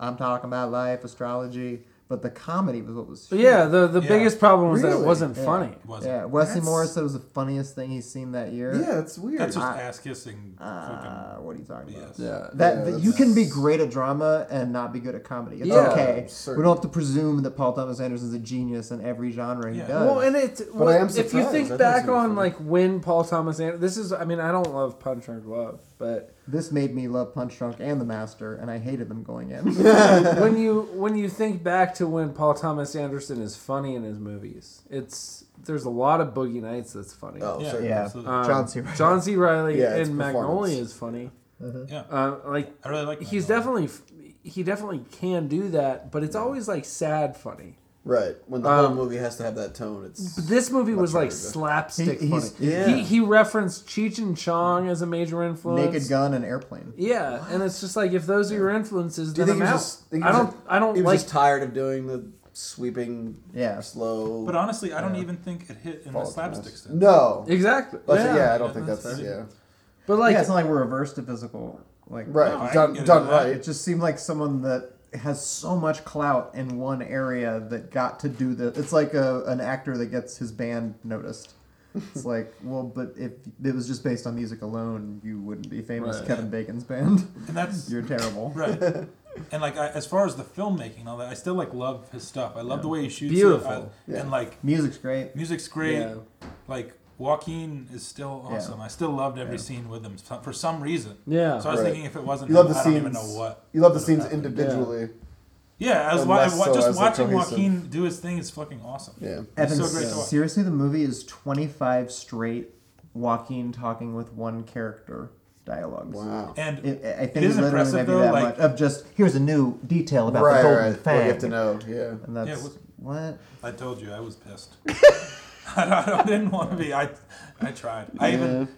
Speaker 5: I'm talking about life, astrology, but the comedy was what was
Speaker 3: But yeah, the the
Speaker 1: Yeah.
Speaker 3: biggest problem was that it
Speaker 4: Really?
Speaker 3: wasn't
Speaker 5: Yeah.
Speaker 3: funny.
Speaker 1: Was
Speaker 5: Yeah,
Speaker 1: it?
Speaker 5: Wesley
Speaker 4: That's-
Speaker 5: Morris said was the funniest thing he's seen that year.
Speaker 4: Yeah, that's weird. Ah.
Speaker 1: That's just
Speaker 5: I-
Speaker 1: ass kissing.
Speaker 5: Uh, what are you talking about?
Speaker 1: Yes.
Speaker 3: Yeah.
Speaker 5: That,
Speaker 4: Yeah,
Speaker 5: that you can be
Speaker 4: that's-
Speaker 5: great at drama and not be good at comedy. It's
Speaker 3: Yeah.
Speaker 5: okay.
Speaker 4: Certain.
Speaker 5: We don't have to presume that Paul Thomas Anderson's a genius in every genre he
Speaker 1: Yeah.
Speaker 5: does.
Speaker 3: Well, and it's well,
Speaker 4: I am
Speaker 3: if you
Speaker 4: surprised. I
Speaker 3: think
Speaker 4: think
Speaker 3: back
Speaker 4: it's really
Speaker 3: on
Speaker 4: funny.
Speaker 3: like when Paul Thomas Anderson, this is I mean I don't love Punch Drunk Love, but
Speaker 5: this made me love Punch Drunk and The Master, and I hated them going in.
Speaker 3: when you when you think back to when Paul Thomas Anderson is funny in his movies, it's there's a lot of Boogie Nights that's funny.
Speaker 4: Oh,
Speaker 1: Yeah,
Speaker 4: sorry.
Speaker 5: Yeah.
Speaker 1: absolutely.
Speaker 3: Um,
Speaker 5: John C. Reilly.
Speaker 3: John C. Reilly
Speaker 4: Yeah, it's
Speaker 3: in Magnolia is funny.
Speaker 1: yeah.
Speaker 3: Uh, like
Speaker 1: I really like.
Speaker 3: he's
Speaker 1: Magnolia.
Speaker 3: definitely he definitely can do that, but it's always like sad funny.
Speaker 4: Right. When the
Speaker 3: Um,
Speaker 4: whole movie has to have that tone, it's
Speaker 3: But this movie was like
Speaker 4: harder to-
Speaker 3: slapstick
Speaker 5: He-
Speaker 3: funny.
Speaker 5: he's-
Speaker 4: yeah.
Speaker 3: He, he referenced Cheech and Chong as a major influence.
Speaker 5: Naked Gun and Airplane.
Speaker 3: Yeah, and it's just like if those are your influences,
Speaker 4: Do you
Speaker 3: then
Speaker 4: think
Speaker 3: I'm
Speaker 4: he
Speaker 3: out.
Speaker 4: was just- think he
Speaker 3: I
Speaker 4: was
Speaker 3: don't. I don't
Speaker 4: he was
Speaker 3: like.
Speaker 4: just tired of doing the sweeping,
Speaker 5: Yeah.
Speaker 4: slow.
Speaker 1: But honestly, I don't even think it hit in the
Speaker 4: Paul
Speaker 1: slapstick
Speaker 4: Thomas.
Speaker 1: sense.
Speaker 4: no.
Speaker 3: Exactly.
Speaker 4: But
Speaker 3: yeah.
Speaker 4: Oh, yeah, I don't think that's,
Speaker 1: that's fair.
Speaker 4: yeah.
Speaker 3: But like,
Speaker 5: yeah, it's not like we're reversed to physical. Like
Speaker 4: Right.
Speaker 1: No, I can
Speaker 4: done
Speaker 1: get
Speaker 4: done
Speaker 1: into that.
Speaker 5: It
Speaker 4: right.
Speaker 5: just seemed like someone that has so much clout in one area that got to do the. It's like a, an actor that gets his band noticed. It's like, well, but if it was just based on music alone, you wouldn't be famous.
Speaker 3: Right.
Speaker 5: Kevin Bacon's band,
Speaker 1: And that's
Speaker 5: you're terrible.
Speaker 1: Right. and like I, as far as the filmmaking and all that, I still like love his stuff. I love the way he shoots. it.
Speaker 3: Beautiful.
Speaker 1: I-
Speaker 4: Yeah.
Speaker 1: And like
Speaker 5: Music's great.
Speaker 1: music's great.
Speaker 3: yeah.
Speaker 1: Like Joaquin is still
Speaker 5: Yeah.
Speaker 1: awesome. I still loved every scene with him so- for some reason.
Speaker 3: Yeah.
Speaker 1: So I was
Speaker 4: Right.
Speaker 1: thinking if it wasn't
Speaker 4: You
Speaker 1: him,
Speaker 4: love the
Speaker 1: I don't even
Speaker 4: scenes.
Speaker 1: know what.
Speaker 4: You love the
Speaker 1: would've
Speaker 4: scenes
Speaker 1: happened.
Speaker 4: individually.
Speaker 1: Yeah, I was
Speaker 4: And
Speaker 1: wa-
Speaker 4: less
Speaker 1: wa-
Speaker 4: so
Speaker 1: just
Speaker 4: as a
Speaker 1: watching
Speaker 4: cohesive-
Speaker 1: Joaquin do his thing is fucking awesome.
Speaker 4: Yeah.
Speaker 5: Evan,
Speaker 1: so great to watch.
Speaker 5: seriously, the movie is 25 straight Joaquin talking with one character dialogues.
Speaker 4: Wow.
Speaker 1: And
Speaker 5: It, I think
Speaker 1: It is
Speaker 5: it literally
Speaker 1: impressive,
Speaker 5: might be
Speaker 1: though,
Speaker 5: that
Speaker 1: like-
Speaker 5: much of just here's a new detail about
Speaker 4: right,
Speaker 5: the golden
Speaker 4: right. Well,
Speaker 5: fang,
Speaker 4: you have to know. Yeah.
Speaker 5: and that's
Speaker 1: Yeah,
Speaker 5: what.
Speaker 1: I told you I was pissed. I, don't- I didn't want to be. I I tried. I even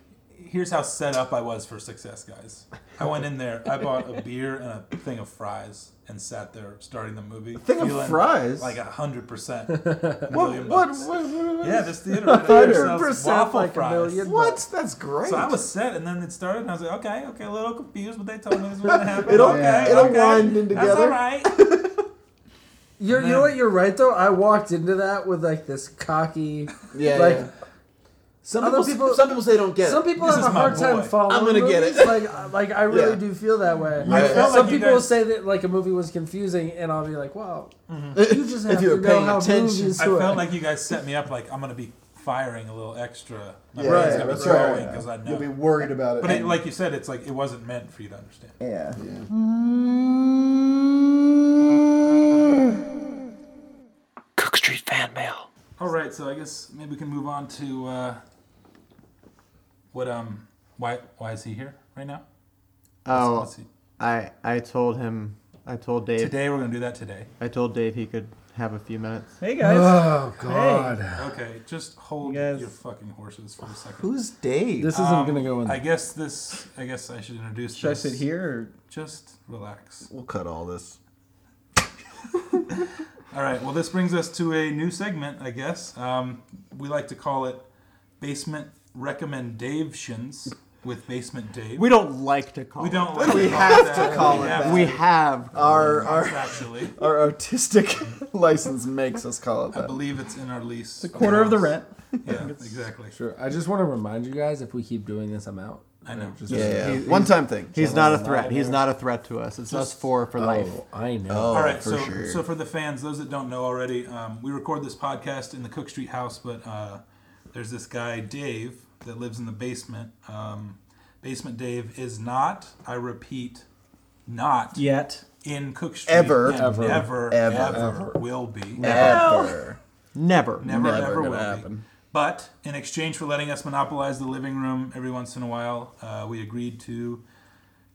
Speaker 1: here's how set up I was for success, guys. I went in there. I bought a beer and a thing of fries and sat there starting the movie.
Speaker 4: Thing of
Speaker 1: feeling
Speaker 4: fries?
Speaker 1: Like a hundred percent.
Speaker 4: What?
Speaker 1: Million
Speaker 4: What?
Speaker 1: bucks.
Speaker 4: What? What?
Speaker 1: Yeah, this theater right here sells
Speaker 3: 100%
Speaker 1: waffle
Speaker 3: like a
Speaker 1: fries.
Speaker 3: million.
Speaker 4: what? That's great.
Speaker 1: So I was set, and then it started, and I was like, okay, okay, a little confused, but they told me this was gonna happen.
Speaker 4: It'll-
Speaker 1: okay,
Speaker 5: yeah,
Speaker 4: it'll
Speaker 1: okay,
Speaker 4: wind in
Speaker 1: That's all
Speaker 4: together.
Speaker 1: right.
Speaker 3: You're, you know what? You're right though. I walked into that with like this cocky.
Speaker 4: Yeah,
Speaker 3: Like
Speaker 4: yeah.
Speaker 3: some
Speaker 4: Other
Speaker 3: people.
Speaker 4: people, some people say don't get
Speaker 3: some
Speaker 4: it.
Speaker 3: people
Speaker 1: This
Speaker 3: have
Speaker 1: is
Speaker 3: a
Speaker 1: my
Speaker 3: hard time
Speaker 1: boy.
Speaker 3: following.
Speaker 4: I'm gonna get it.
Speaker 3: movies. Like, like I really
Speaker 4: Yeah.
Speaker 3: do feel that way.
Speaker 4: I felt
Speaker 3: Some
Speaker 1: like you
Speaker 3: people
Speaker 1: guys-
Speaker 3: say that like a movie was confusing, and I'll be like, "Wow, you just have
Speaker 4: you were
Speaker 3: to know
Speaker 4: paying
Speaker 3: how
Speaker 4: attention.
Speaker 3: movies
Speaker 1: I
Speaker 3: work."
Speaker 1: felt like you guys set me up like I'm gonna be firing a little extra. My
Speaker 4: Yeah,
Speaker 1: brain's
Speaker 4: yeah,
Speaker 1: gonna be
Speaker 4: that's right.
Speaker 1: growing 'cause I know.
Speaker 4: You'll be worried about it.
Speaker 1: but it, like you said, it's like it wasn't meant for you to understand.
Speaker 5: Yeah.
Speaker 6: Cook Street fan mail.
Speaker 1: All right, so I guess maybe we can move on to uh, what um why why is he here right now?
Speaker 7: Oh,
Speaker 1: Let's see.
Speaker 7: I I told him. I told Dave.
Speaker 1: Today we're gonna do that today.
Speaker 7: I told Dave he could have a few minutes.
Speaker 5: Hey guys.
Speaker 3: oh God,
Speaker 1: Okay, just hold
Speaker 5: You guys-
Speaker 1: your fucking horses for a second.
Speaker 4: who's Dave?
Speaker 3: this isn't
Speaker 1: Um,
Speaker 3: gonna go in.
Speaker 1: I guess this. I guess I should introduce.
Speaker 5: Should I
Speaker 1: this.
Speaker 5: sit here?
Speaker 1: Just relax.
Speaker 4: We'll cut all this.
Speaker 1: All right. Well, this brings us to a new segment, I guess. Um, we like to call it basement recommendations with basement Dave.
Speaker 7: We don't like to call.
Speaker 1: We
Speaker 7: it.
Speaker 1: don't. Like we
Speaker 4: have to call it
Speaker 1: that.
Speaker 4: that.
Speaker 7: We have.
Speaker 4: Our
Speaker 1: Our,
Speaker 4: our
Speaker 1: actually,
Speaker 4: our artistic license makes us call it
Speaker 1: I
Speaker 4: that.
Speaker 1: believe it's in our lease. It's a
Speaker 5: Quarter of the rent.
Speaker 1: Yeah, exactly.
Speaker 3: Sure. I just want to remind you guys if we keep doing this, I'm out.
Speaker 1: I know.
Speaker 3: Just-
Speaker 4: Yeah, yeah.
Speaker 7: He- he-
Speaker 4: One time thing.
Speaker 7: He's not a threat. He's not a threat to us. It's us four for life.
Speaker 3: Oh, I know.
Speaker 1: All right,
Speaker 4: for
Speaker 1: so
Speaker 4: sure.
Speaker 1: so for the fans, those that don't know already, um, we record this podcast in the Cook Street house, but uh, there's this guy Dave that lives in the basement. Um, basement Dave is not, I repeat, not
Speaker 5: Yet.
Speaker 1: in Cook Street
Speaker 4: Ever.
Speaker 1: and
Speaker 4: Ever.
Speaker 1: never,
Speaker 4: Ever.
Speaker 1: ever, will be,
Speaker 4: Ever.
Speaker 7: Never.
Speaker 1: never,
Speaker 4: Never
Speaker 1: ever will
Speaker 4: gonna
Speaker 1: be.
Speaker 4: happen.
Speaker 1: But in exchange for letting us monopolize the living room every once in a while, uh, we agreed to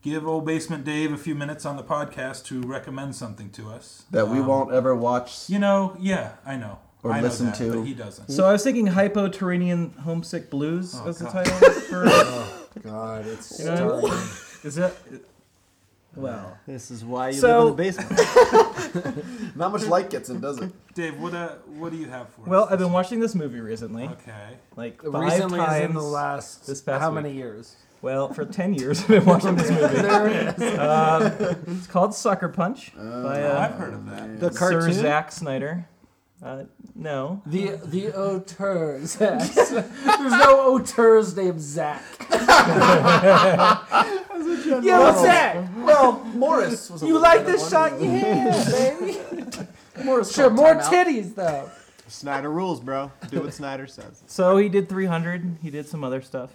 Speaker 1: give old basement Dave a few minutes on the podcast to recommend something to us
Speaker 4: That we won't ever watch.
Speaker 1: You know, yeah, I know.
Speaker 4: Or
Speaker 1: I
Speaker 4: listen
Speaker 1: know that,
Speaker 4: to.
Speaker 1: But he doesn't.
Speaker 8: So I was thinking Hypoterranean Homesick Blues
Speaker 1: Oh,
Speaker 8: as the
Speaker 1: God.
Speaker 8: title for
Speaker 3: God, it's
Speaker 8: You know-
Speaker 3: starting.
Speaker 8: is that Well,
Speaker 5: This is why you
Speaker 8: So-
Speaker 5: live in the basement.
Speaker 4: Not much light gets in, does it?
Speaker 1: Dave, what uh, what do you have for
Speaker 8: well,
Speaker 1: us?
Speaker 8: I've been watching this movie recently,
Speaker 1: Okay.
Speaker 8: like five
Speaker 3: Recently, as
Speaker 8: times.
Speaker 3: in the last
Speaker 8: this past
Speaker 3: how
Speaker 8: week.
Speaker 3: many years?
Speaker 8: Well, for ten years I've been watching this movie. Um, it's called Sucker Punch by
Speaker 1: Oh, I've
Speaker 8: uh,
Speaker 1: heard of that.
Speaker 5: The
Speaker 8: Sir
Speaker 5: cartoon.
Speaker 8: Zack Snyder. Uh, no,
Speaker 3: The the auteurs. There's no auteurs named Zach. Yo, Zach.
Speaker 4: Well, Morris was a
Speaker 3: You
Speaker 4: little
Speaker 3: like
Speaker 4: better
Speaker 3: this
Speaker 4: one.
Speaker 3: shot? Yeah, baby.
Speaker 4: Morris called
Speaker 3: Sure, more
Speaker 4: timeout.
Speaker 3: titties though.
Speaker 5: Snyder rules, bro. Do what Snyder says.
Speaker 8: so he did 300. He did some other stuff.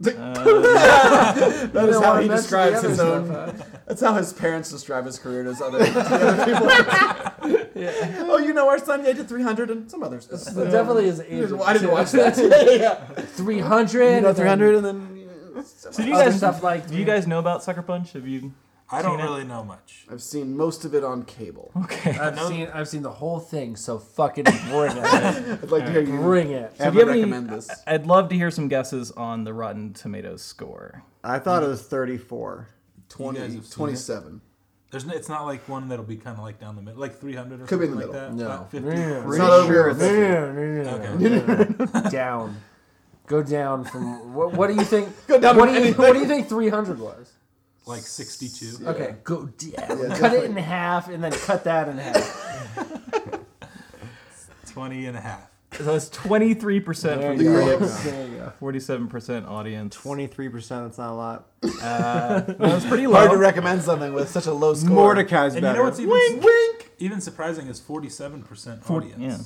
Speaker 4: That is
Speaker 3: Don't
Speaker 4: how
Speaker 3: wanna
Speaker 4: he
Speaker 3: mention the
Speaker 4: describes
Speaker 3: other
Speaker 4: his
Speaker 3: stuff,
Speaker 4: own.
Speaker 3: huh?
Speaker 4: That's how his parents describe his career to his other, to other people. Oh, you know our son, yeah, did 300 and some others.
Speaker 3: This is- definitely is Asian.
Speaker 4: I didn't watch that. yeah.
Speaker 3: Three hundred.
Speaker 4: You know, 300 and then.
Speaker 8: So do you
Speaker 3: Other
Speaker 8: guys
Speaker 3: stuff like-
Speaker 8: do you guys know about Sucker Punch? Have you?
Speaker 1: I don't
Speaker 8: Seen it?
Speaker 1: really know much.
Speaker 4: I've seen most of it on cable.
Speaker 8: Okay.
Speaker 1: I
Speaker 3: I've
Speaker 1: know
Speaker 3: seen I've seen the whole thing, so fucking bring it.
Speaker 4: I'd like to hear you
Speaker 3: Bring it.
Speaker 8: So
Speaker 4: ever
Speaker 8: do you have any-
Speaker 4: recommend this.
Speaker 8: I'd love to hear some guesses on the Rotten Tomatoes score.
Speaker 5: I thought it was 34.
Speaker 4: 20,
Speaker 1: guys have seen
Speaker 4: 27.
Speaker 1: There's no, it's not like one that'll be kind of like down the middle, like 300 or
Speaker 4: Could be in
Speaker 1: something
Speaker 4: the
Speaker 1: like that.
Speaker 4: middle.
Speaker 1: No, 50.
Speaker 4: It's not over here. It's-
Speaker 3: Okay. down. Go down from what, what do you think?
Speaker 4: Go down
Speaker 3: what
Speaker 4: from
Speaker 3: do you
Speaker 4: anything.
Speaker 3: what do you think 300 was?
Speaker 1: like 62.
Speaker 3: Okay, go down.
Speaker 4: Yeah,
Speaker 3: cut it in
Speaker 4: definitely.
Speaker 3: half and then cut that in half.
Speaker 1: 20 and a half.
Speaker 8: So that's 23 percent
Speaker 3: There
Speaker 8: from
Speaker 3: you
Speaker 8: the
Speaker 3: go.
Speaker 4: Yeah.
Speaker 3: There you go.
Speaker 8: 47 percent audience.
Speaker 5: 23%, that's not a lot.
Speaker 8: That was pretty
Speaker 4: Hard to
Speaker 8: low.
Speaker 4: recommend something with such a low score.
Speaker 5: Mordecai's
Speaker 1: And
Speaker 5: better.
Speaker 1: you know what's e- even,
Speaker 4: Wink, wink.
Speaker 1: even surprising is 47% audience.
Speaker 8: yeah.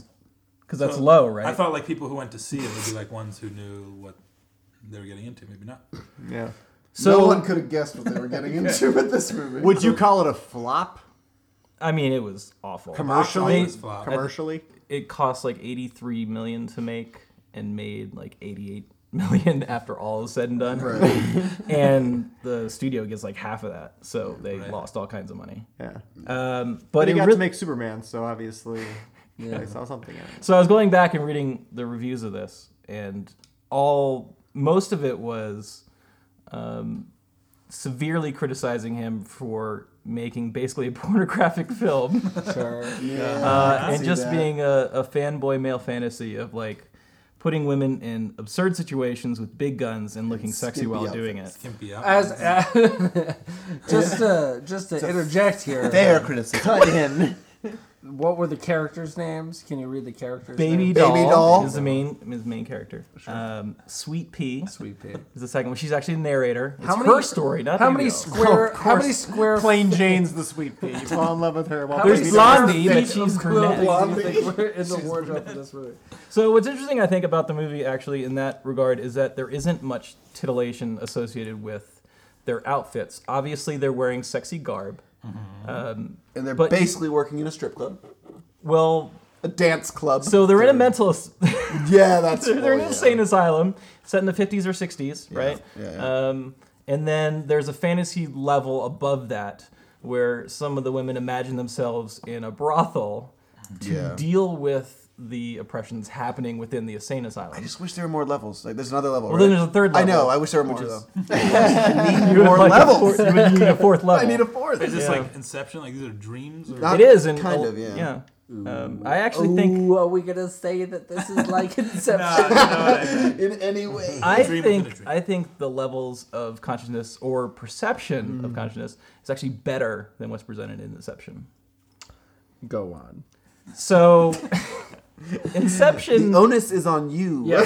Speaker 8: Because that's
Speaker 1: So,
Speaker 8: low, right?
Speaker 1: I thought like people who went to see it would be like ones who knew what they were getting into. Maybe not.
Speaker 5: yeah.
Speaker 8: so
Speaker 4: no one could have guessed what they were getting into with this movie.
Speaker 5: Would you call it a flop?
Speaker 8: I mean, it was awful.
Speaker 5: Commercially?
Speaker 1: Box office flop.
Speaker 5: Commercially?
Speaker 8: It cost like 83 million to make and made like 88 million after all is said and done. and the studio gets like half of that, so they lost all kinds of money.
Speaker 5: Yeah.
Speaker 8: Um, but,
Speaker 5: But he
Speaker 8: it
Speaker 5: got
Speaker 8: really-
Speaker 5: to make Superman, so obviously I saw something in it.
Speaker 8: So I was going back and reading the reviews of this, and all most of it was um, severely criticizing him for making basically a pornographic film
Speaker 3: Sure.
Speaker 8: uh, and
Speaker 4: see
Speaker 8: just
Speaker 4: that.
Speaker 8: being a, a fanboy male fantasy of like putting women in absurd situations with big guns and looking sexy
Speaker 4: skimpy
Speaker 8: while doing it.
Speaker 1: Kimpy up.
Speaker 3: As uh, just to just to interject here,
Speaker 5: Fair criticism. Cut in.
Speaker 3: what were the characters' names? Can you read the characters?
Speaker 8: Baby
Speaker 3: names?
Speaker 8: doll,
Speaker 4: doll.
Speaker 8: is the main is the main character. Um, Sweet Pea
Speaker 3: Sweet pea.
Speaker 8: is the second one. She's actually the narrator. It's
Speaker 3: How many-
Speaker 8: her story, not
Speaker 3: How
Speaker 8: the
Speaker 3: many
Speaker 8: hero.
Speaker 3: square? how many square?
Speaker 5: Plain Jane's the sweet pea. You fall in love with her while
Speaker 3: How many
Speaker 5: baby
Speaker 8: There's
Speaker 3: square
Speaker 5: doll-
Speaker 8: Blondie, but
Speaker 3: feet of
Speaker 8: she's
Speaker 3: clothing do you
Speaker 4: brunette.
Speaker 3: think were in the wardrobe for this movie.
Speaker 8: So what's interesting, I think, about the movie actually in that regard is that there isn't much titillation associated with their outfits. Obviously, they're wearing sexy garb.
Speaker 4: And they're
Speaker 8: But-
Speaker 4: basically working in a strip club,
Speaker 8: Well,
Speaker 4: a dance club.
Speaker 8: so they're in a mental as-
Speaker 4: yeah, that's
Speaker 8: they're, they're
Speaker 4: oh,
Speaker 8: an
Speaker 4: yeah.
Speaker 8: insane asylum set in the 50s or 60s, right?
Speaker 4: yeah, yeah.
Speaker 8: Um, and then there's a fantasy level above that where some of the women imagine themselves in a brothel to
Speaker 4: Yeah.
Speaker 8: deal with the oppressions happening within the insane asylum.
Speaker 4: I just wish there were more levels. Like, there's another level.
Speaker 8: well, then
Speaker 4: right?
Speaker 8: there's a third
Speaker 4: I
Speaker 8: level.
Speaker 4: know. I wish there were more.
Speaker 8: which is-
Speaker 4: though.
Speaker 8: You would
Speaker 4: more
Speaker 8: like a
Speaker 4: levels.
Speaker 8: fourth- you would need a fourth level.
Speaker 4: I need a fourth.
Speaker 1: Is this
Speaker 8: Yeah.
Speaker 1: like Inception? Like these are dreams? Or
Speaker 4: Not-
Speaker 8: It is, and
Speaker 4: Kind
Speaker 8: a-
Speaker 4: of, yeah.
Speaker 8: Um, I actually think
Speaker 3: Ooh, are we gonna say that this is like Inception?
Speaker 1: Nah, you know what I mean.
Speaker 4: In any way.
Speaker 8: I
Speaker 1: dream within a
Speaker 8: think
Speaker 1: dream.
Speaker 8: I think the levels of consciousness or perception
Speaker 4: Mm.
Speaker 8: of consciousness is actually better than what's presented in Inception.
Speaker 5: Go on.
Speaker 8: So,
Speaker 5: The
Speaker 8: Inception.
Speaker 5: onus is on you.
Speaker 8: Yeah,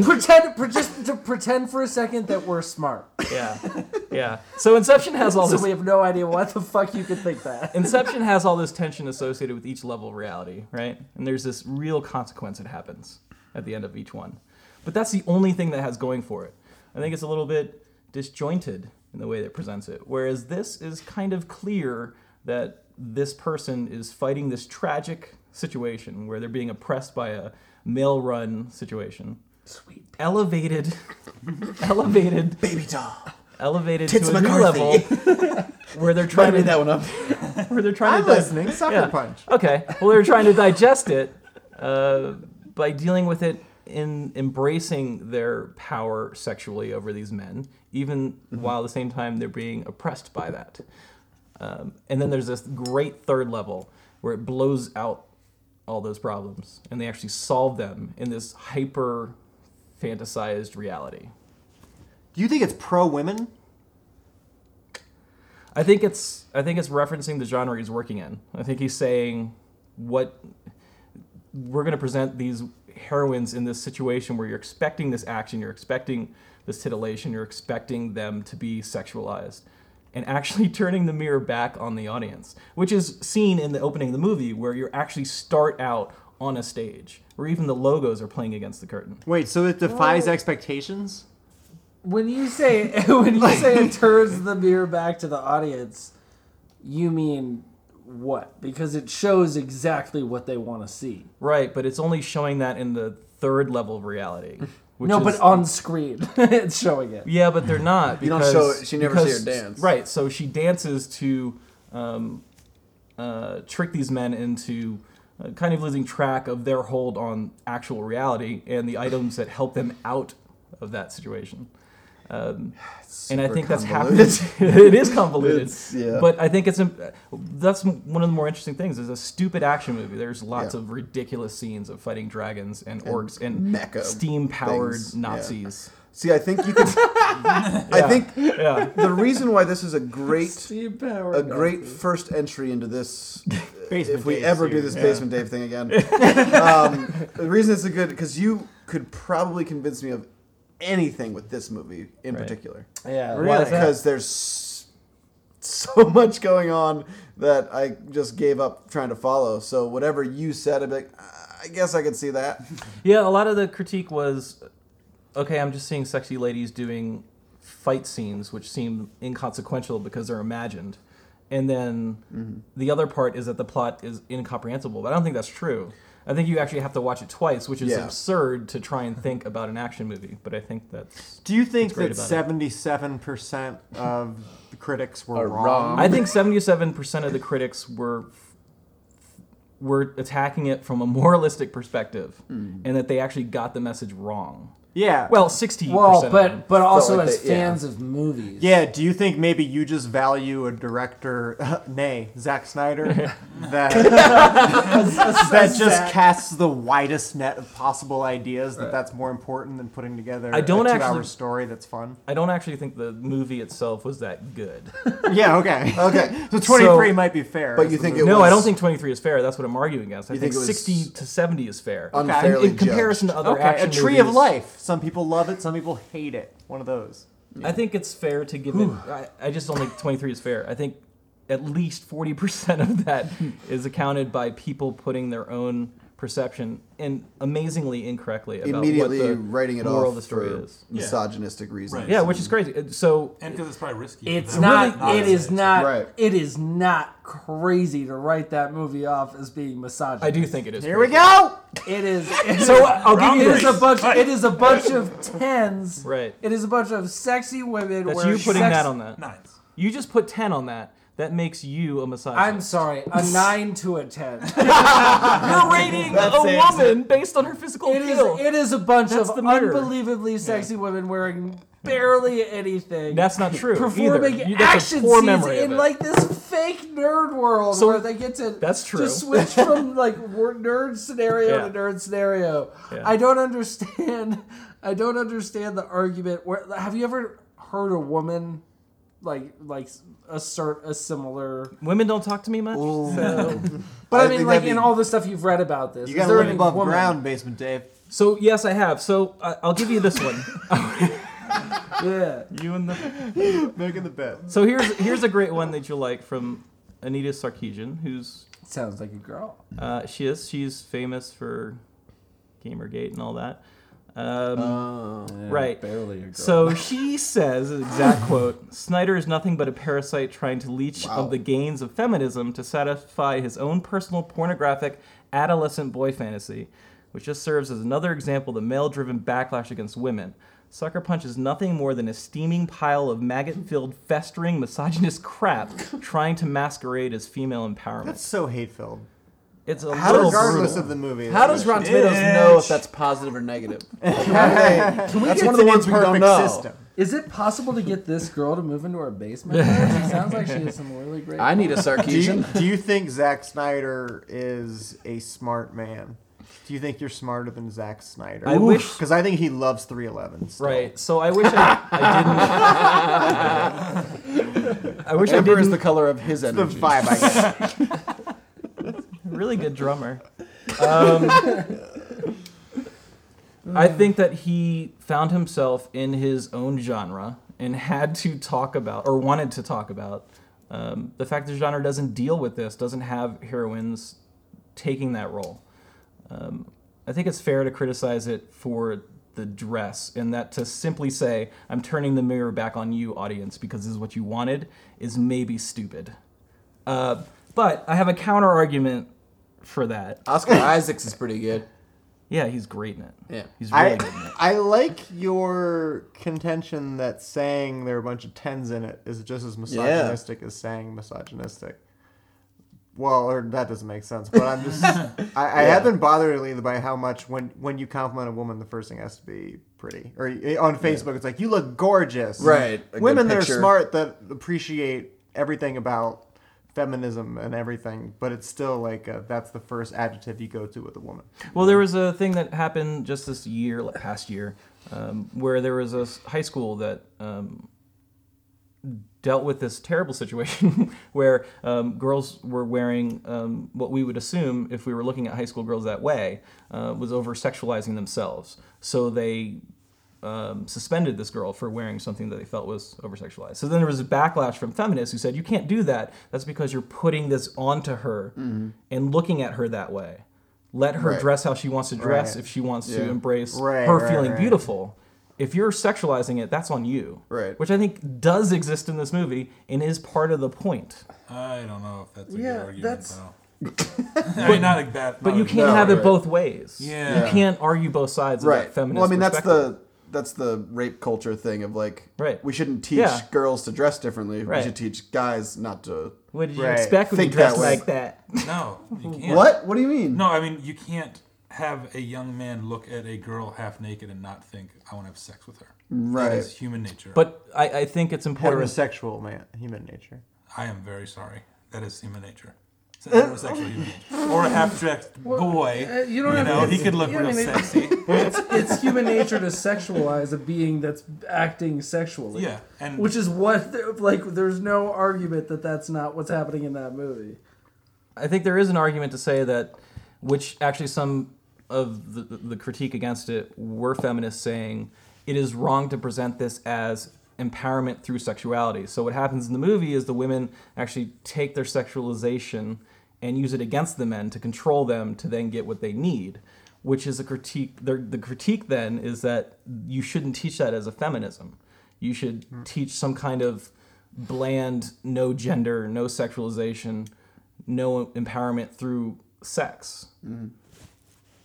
Speaker 3: pretend, pre- just to pretend for a second that we're smart,
Speaker 8: yeah, yeah. So Inception has all
Speaker 3: so
Speaker 8: this.
Speaker 3: we have no idea what the fuck you could think that.
Speaker 8: Inception has all this tension associated with each level of reality, right? And there's this real consequence that happens at the end of each one. But that's the only thing that has going for it. I think it's a little bit disjointed in the way that it presents it. Whereas this is kind of clear that this person is fighting this tragic situation where they're being oppressed by a male run situation. Sweet. Elevated elevated
Speaker 4: Baby doll.
Speaker 8: elevated
Speaker 4: Tits
Speaker 8: to a new
Speaker 4: McCarthy.
Speaker 8: level where they're trying to
Speaker 4: one up.
Speaker 8: where they're trying
Speaker 5: I'm
Speaker 8: to
Speaker 5: listening. Sucker
Speaker 8: Yeah.
Speaker 5: punch.
Speaker 8: Okay. Well, they're trying to digest it uh, by dealing with it in embracing their power sexually over these men, even while at the same time they're being oppressed by that. Um, and then there's this great third level where it blows out all those problems and they actually solve them in this hyper fantasized reality.
Speaker 5: Do you think it's pro women?
Speaker 8: I think it's I think it's referencing the genre he's working in. I think he's saying what we're going to present these heroines in this situation where you're expecting this action, you're expecting this titillation, you're expecting them to be sexualized and actually turning the mirror back on the audience, which is seen in the opening of the movie where you actually start out on a stage where even the logos are playing against the curtain.
Speaker 5: Wait, so it defies expectations?
Speaker 3: When you say when you say it turns the mirror back to the audience, you mean what? Because it shows exactly what they want to see.
Speaker 8: Right, but it's only showing that in the third level of reality. Which
Speaker 3: no,
Speaker 8: is,
Speaker 3: but on screen, it's showing it.
Speaker 8: Yeah, but they're not.
Speaker 4: You don't
Speaker 8: Because,
Speaker 4: show it- she never see
Speaker 8: because-
Speaker 4: her dance.
Speaker 8: Right. So she dances to um, uh, trick these men into uh, kind of losing track of their hold on actual reality and the items that help them out of that situation. Um, and I
Speaker 4: super
Speaker 8: think that's
Speaker 4: convoluted.
Speaker 8: happened. it is convoluted,
Speaker 4: It's- yeah.
Speaker 8: but I think it's im- that's m- one of the more interesting things. Is a stupid action movie. There's lots
Speaker 4: Yeah.
Speaker 8: of ridiculous scenes of fighting dragons and, orcs and
Speaker 4: mecha
Speaker 8: steam-powered
Speaker 4: things. Yeah.
Speaker 8: Nazis.
Speaker 4: See, I think you could. I think
Speaker 8: yeah.
Speaker 4: Um, the reason why this is a great,
Speaker 3: Steve Power.
Speaker 4: a great first entry into this, uh,
Speaker 5: Basement
Speaker 4: if we
Speaker 5: Dave's
Speaker 4: ever
Speaker 5: here.
Speaker 4: do this
Speaker 5: Yeah.
Speaker 4: basement Dave thing again, um, the reason it's a good because you could probably convince me of anything with this movie in
Speaker 8: Right.
Speaker 4: particular.
Speaker 3: Yeah.
Speaker 5: Really?
Speaker 4: because there's s- so much going on that I just gave up trying to follow. So whatever you said, I'd be like, "Ah, I guess I could see that.
Speaker 8: Yeah, a lot of the critique was, okay, I'm just seeing sexy ladies doing fight scenes, which seem inconsequential because they're imagined. And then
Speaker 3: Mm-hmm.
Speaker 8: the other part is that the plot is incomprehensible, but I don't think that's true. I think you actually have to watch it twice, which is
Speaker 4: Yeah.
Speaker 8: absurd to try and think about an action movie. But I think that's.
Speaker 5: Do you think
Speaker 8: great
Speaker 5: that
Speaker 8: about it.
Speaker 5: seventy-seven percent of the critics were
Speaker 4: Are
Speaker 5: wrong?
Speaker 3: Um,
Speaker 4: wrong.
Speaker 8: I think 77% of the critics were were attacking it from a moralistic perspective,
Speaker 3: Mm.
Speaker 8: and that they actually got the message wrong.
Speaker 5: Yeah.
Speaker 8: Well, 60%.
Speaker 3: Well,
Speaker 8: of them.
Speaker 3: but but also
Speaker 4: like
Speaker 3: as
Speaker 4: they- yeah.
Speaker 3: fans of movies.
Speaker 5: yeah. Do you think maybe you just value a director, nay, Zack Snyder, that that just casts the widest net of possible ideas? That that's more important than putting together
Speaker 8: I don't
Speaker 5: a
Speaker 8: actually-
Speaker 5: two-hour story that's fun.
Speaker 8: I don't actually think the movie itself was that good.
Speaker 5: yeah. Okay.
Speaker 4: Okay.
Speaker 5: So twenty-three might be fair.
Speaker 4: But
Speaker 5: as
Speaker 4: you
Speaker 5: the
Speaker 4: think
Speaker 5: movie.
Speaker 4: It
Speaker 8: no,
Speaker 4: was-
Speaker 8: I don't think 23 is fair. That's what I'm arguing against. I
Speaker 4: You
Speaker 8: think,
Speaker 4: think it was
Speaker 8: 60 to 70 is fair.
Speaker 4: Unfairly
Speaker 8: in comparison to other
Speaker 5: okay,
Speaker 8: action
Speaker 5: a tree of
Speaker 8: movies,
Speaker 5: life. Some people love it. Some people hate it. One of those.
Speaker 8: I think it's fair to give it. I, I just don't think 23 is fair. I think at least 40% of that is accounted by people putting their own perception and amazingly incorrectly about
Speaker 4: Immediately
Speaker 8: what the
Speaker 4: writing it
Speaker 8: moral
Speaker 4: off
Speaker 8: of the story
Speaker 4: for
Speaker 8: is.
Speaker 4: misogynistic reasons.
Speaker 1: Right.
Speaker 8: Yeah, which is crazy. Uh, So
Speaker 1: And because it's probably risky.
Speaker 3: It's
Speaker 1: That
Speaker 3: not.
Speaker 1: would
Speaker 3: it is
Speaker 1: say.
Speaker 3: not.
Speaker 4: Right.
Speaker 3: It is not crazy to write that movie off as being misogynist.
Speaker 8: I do think it is.
Speaker 5: Here we go.
Speaker 3: It is. It
Speaker 8: So,
Speaker 3: is-
Speaker 8: I'll give
Speaker 1: Round
Speaker 8: you
Speaker 3: It is
Speaker 8: this.
Speaker 3: a bunch. It is a bunch of tens.
Speaker 8: Right.
Speaker 3: It is a bunch of sexy women.
Speaker 8: That's
Speaker 3: wearing
Speaker 8: you putting
Speaker 3: sex-
Speaker 8: that on that.
Speaker 1: Nines.
Speaker 8: You just put 10 on that. That makes you a misogynist.
Speaker 3: I'm sorry, a nine to a ten.
Speaker 8: You're rating a woman based on her physical
Speaker 3: It is.
Speaker 8: appeal.
Speaker 3: It is a bunch
Speaker 8: That's
Speaker 3: of
Speaker 8: the mirror.
Speaker 3: unbelievably sexy women wearing barely anything.
Speaker 8: That's not true.
Speaker 3: performing
Speaker 8: either. You- that's a
Speaker 3: action
Speaker 8: poor
Speaker 3: scenes
Speaker 8: memory of
Speaker 3: in
Speaker 8: it.
Speaker 3: like this fake nerd world
Speaker 8: So,
Speaker 3: where they get to
Speaker 8: that's true.
Speaker 3: to switch from like wor- nerd scenario
Speaker 8: Yeah.
Speaker 3: to nerd scenario.
Speaker 8: Yeah.
Speaker 3: I don't understand. I don't understand the argument. Where have you ever heard a woman like like assert a similar?
Speaker 8: Women don't talk to me much. So.
Speaker 3: But I,
Speaker 4: I
Speaker 3: mean,
Speaker 4: think
Speaker 3: like
Speaker 4: that'd
Speaker 3: in
Speaker 4: be-
Speaker 3: all the stuff you've read about this,
Speaker 5: You
Speaker 3: is
Speaker 5: gotta
Speaker 3: there
Speaker 5: live
Speaker 3: any
Speaker 5: above
Speaker 3: woman-
Speaker 5: ground, basement Dave.
Speaker 8: So, yes, I have. So I I'll give you this one.
Speaker 3: Yeah.
Speaker 8: you and the.
Speaker 5: Making the bet.
Speaker 8: So here's here's a great one that you'll like from Anita Sarkeesian, who's
Speaker 3: Sounds like a girl.
Speaker 8: uh, she is she's famous for Gamergate and all that. Um, right.
Speaker 3: Barely a girl.
Speaker 8: So she says, exact quote, Snyder is nothing but a parasite trying to leech of the gains of feminism to satisfy his own personal pornographic adolescent boy fantasy, which just serves as another example of the male driven backlash against women. Sucker Punch is nothing more than a steaming pile of maggot filled, festering, misogynist crap trying to masquerade as female empowerment.
Speaker 5: That's so hate filled.
Speaker 8: it's a
Speaker 4: How
Speaker 8: little
Speaker 4: does-
Speaker 5: Regardless
Speaker 8: brutal.
Speaker 5: of the movie.
Speaker 4: How does Rotten Tomatoes know if that's positive or negative? Like, how do they- that's
Speaker 5: it's
Speaker 4: one of the
Speaker 5: an
Speaker 4: ones we don't
Speaker 5: imperfect
Speaker 4: know.
Speaker 5: system.
Speaker 3: Is it possible to get this girl to move into our basement? It sounds like she has some really great.
Speaker 4: I need a
Speaker 5: Do you,
Speaker 4: Sarkeesian.
Speaker 5: do you think Zack Snyder is a smart man? Do you think you're smarter than Zack Snyder?
Speaker 8: I wish-
Speaker 5: because I think he loves 311. still.
Speaker 8: Right. So I wish I, I didn't. I wish I
Speaker 4: Amber is
Speaker 8: didn't.
Speaker 4: the color of his
Speaker 5: The
Speaker 4: energy.
Speaker 5: vibe I get.
Speaker 8: Really good drummer. Um, I think that he found himself in his own genre and had to talk about, or wanted to talk about, um, the fact that the genre doesn't deal with this, doesn't have heroines taking that role. Um, I think it's fair to criticize it for the dress, and that to simply say, I'm turning the mirror back on you, audience, because this is what you wanted, is maybe stupid. Uh, but I have a counter argument for that.
Speaker 4: Oscar Isaacs is pretty good.
Speaker 8: Yeah, he's great in it.
Speaker 4: Yeah.
Speaker 8: He's really
Speaker 5: I,
Speaker 8: good in it.
Speaker 5: I like your contention that saying there are a bunch of tens in it is just as misogynistic as saying misogynistic. Well, or that doesn't make sense, but I'm just I, I have been bothered lately by how much when when you compliment a woman, the first thing has to be pretty. Or eh, on Facebook, it's like you look gorgeous.
Speaker 4: Right, a good
Speaker 5: Women that are
Speaker 4: picture.
Speaker 5: smart that appreciate everything about feminism and everything, but it's still like uh that's the first adjective you go to with a woman.
Speaker 8: Well, there was a thing that happened just this year, like, past year, um, where there was a s- high school that um, dealt with this terrible situation where um, girls were wearing um, what we would assume, if we were looking at high school girls that way, uh, was over sexualizing themselves. So they um, suspended this girl for wearing something that they felt was over sexualized. So then there was a backlash from feminists who said, You can't do that. That's because you're putting this onto her and looking at her that way. Let her
Speaker 4: Right.
Speaker 8: dress how she wants to dress
Speaker 5: Right.
Speaker 8: if she wants
Speaker 4: Yeah.
Speaker 8: to embrace
Speaker 5: Right,
Speaker 8: her
Speaker 5: right,
Speaker 8: feeling
Speaker 5: right.
Speaker 8: beautiful. If you're sexualizing it, that's on you.
Speaker 4: Right.
Speaker 8: Which I think does exist in this movie and is part of the point.
Speaker 1: I don't know if that's a
Speaker 3: Yeah,
Speaker 1: good argument
Speaker 3: that's-
Speaker 1: though. I mean, not a bad.
Speaker 8: But you can't
Speaker 4: Oh, No,
Speaker 8: have
Speaker 4: right.
Speaker 8: it both ways.
Speaker 1: Yeah.
Speaker 8: You can't argue both sides of
Speaker 4: Right.
Speaker 8: that feminist
Speaker 4: Well, I mean, that's the
Speaker 8: perspective.
Speaker 4: that's the rape culture thing of like,
Speaker 8: Right.
Speaker 4: We shouldn't teach
Speaker 8: Yeah.
Speaker 4: girls to dress differently. We
Speaker 8: Right.
Speaker 4: should teach guys not to.
Speaker 8: What did you
Speaker 5: Right.
Speaker 8: expect when you
Speaker 4: Think that
Speaker 8: dressed
Speaker 4: way.
Speaker 8: like that?
Speaker 1: No, you can't.
Speaker 4: What? What do you mean?
Speaker 1: No, I mean you can't have a young man look at a girl half naked and not think I want to have sex with her.
Speaker 4: Right.
Speaker 1: That is human nature.
Speaker 8: But I, I think it's important.
Speaker 5: Heterosexual man, human nature.
Speaker 1: I am very sorry. That is human nature. It's heterosexual human nature. Or a half dressed boy.
Speaker 3: Uh, you don't
Speaker 1: you
Speaker 3: have
Speaker 1: know,
Speaker 3: to-
Speaker 1: he could look
Speaker 3: yeah, I
Speaker 1: real
Speaker 3: mean, it-
Speaker 1: sexy.
Speaker 3: It's human nature to sexualize a being that's acting sexually.
Speaker 1: Yeah, and
Speaker 3: Which is what, like, there's no argument that that's not what's happening in that movie.
Speaker 8: I think there is an argument to say that, which actually some of the, the critique against it were feminists saying it is wrong to present this as empowerment through sexuality. So what happens in the movie is the women actually take their sexualization and use it against the men to control them to then get what they need, which is a critique. The, the critique then is that you shouldn't teach that as a feminism. You should teach some kind of bland, no gender, no sexualization no empowerment through sex.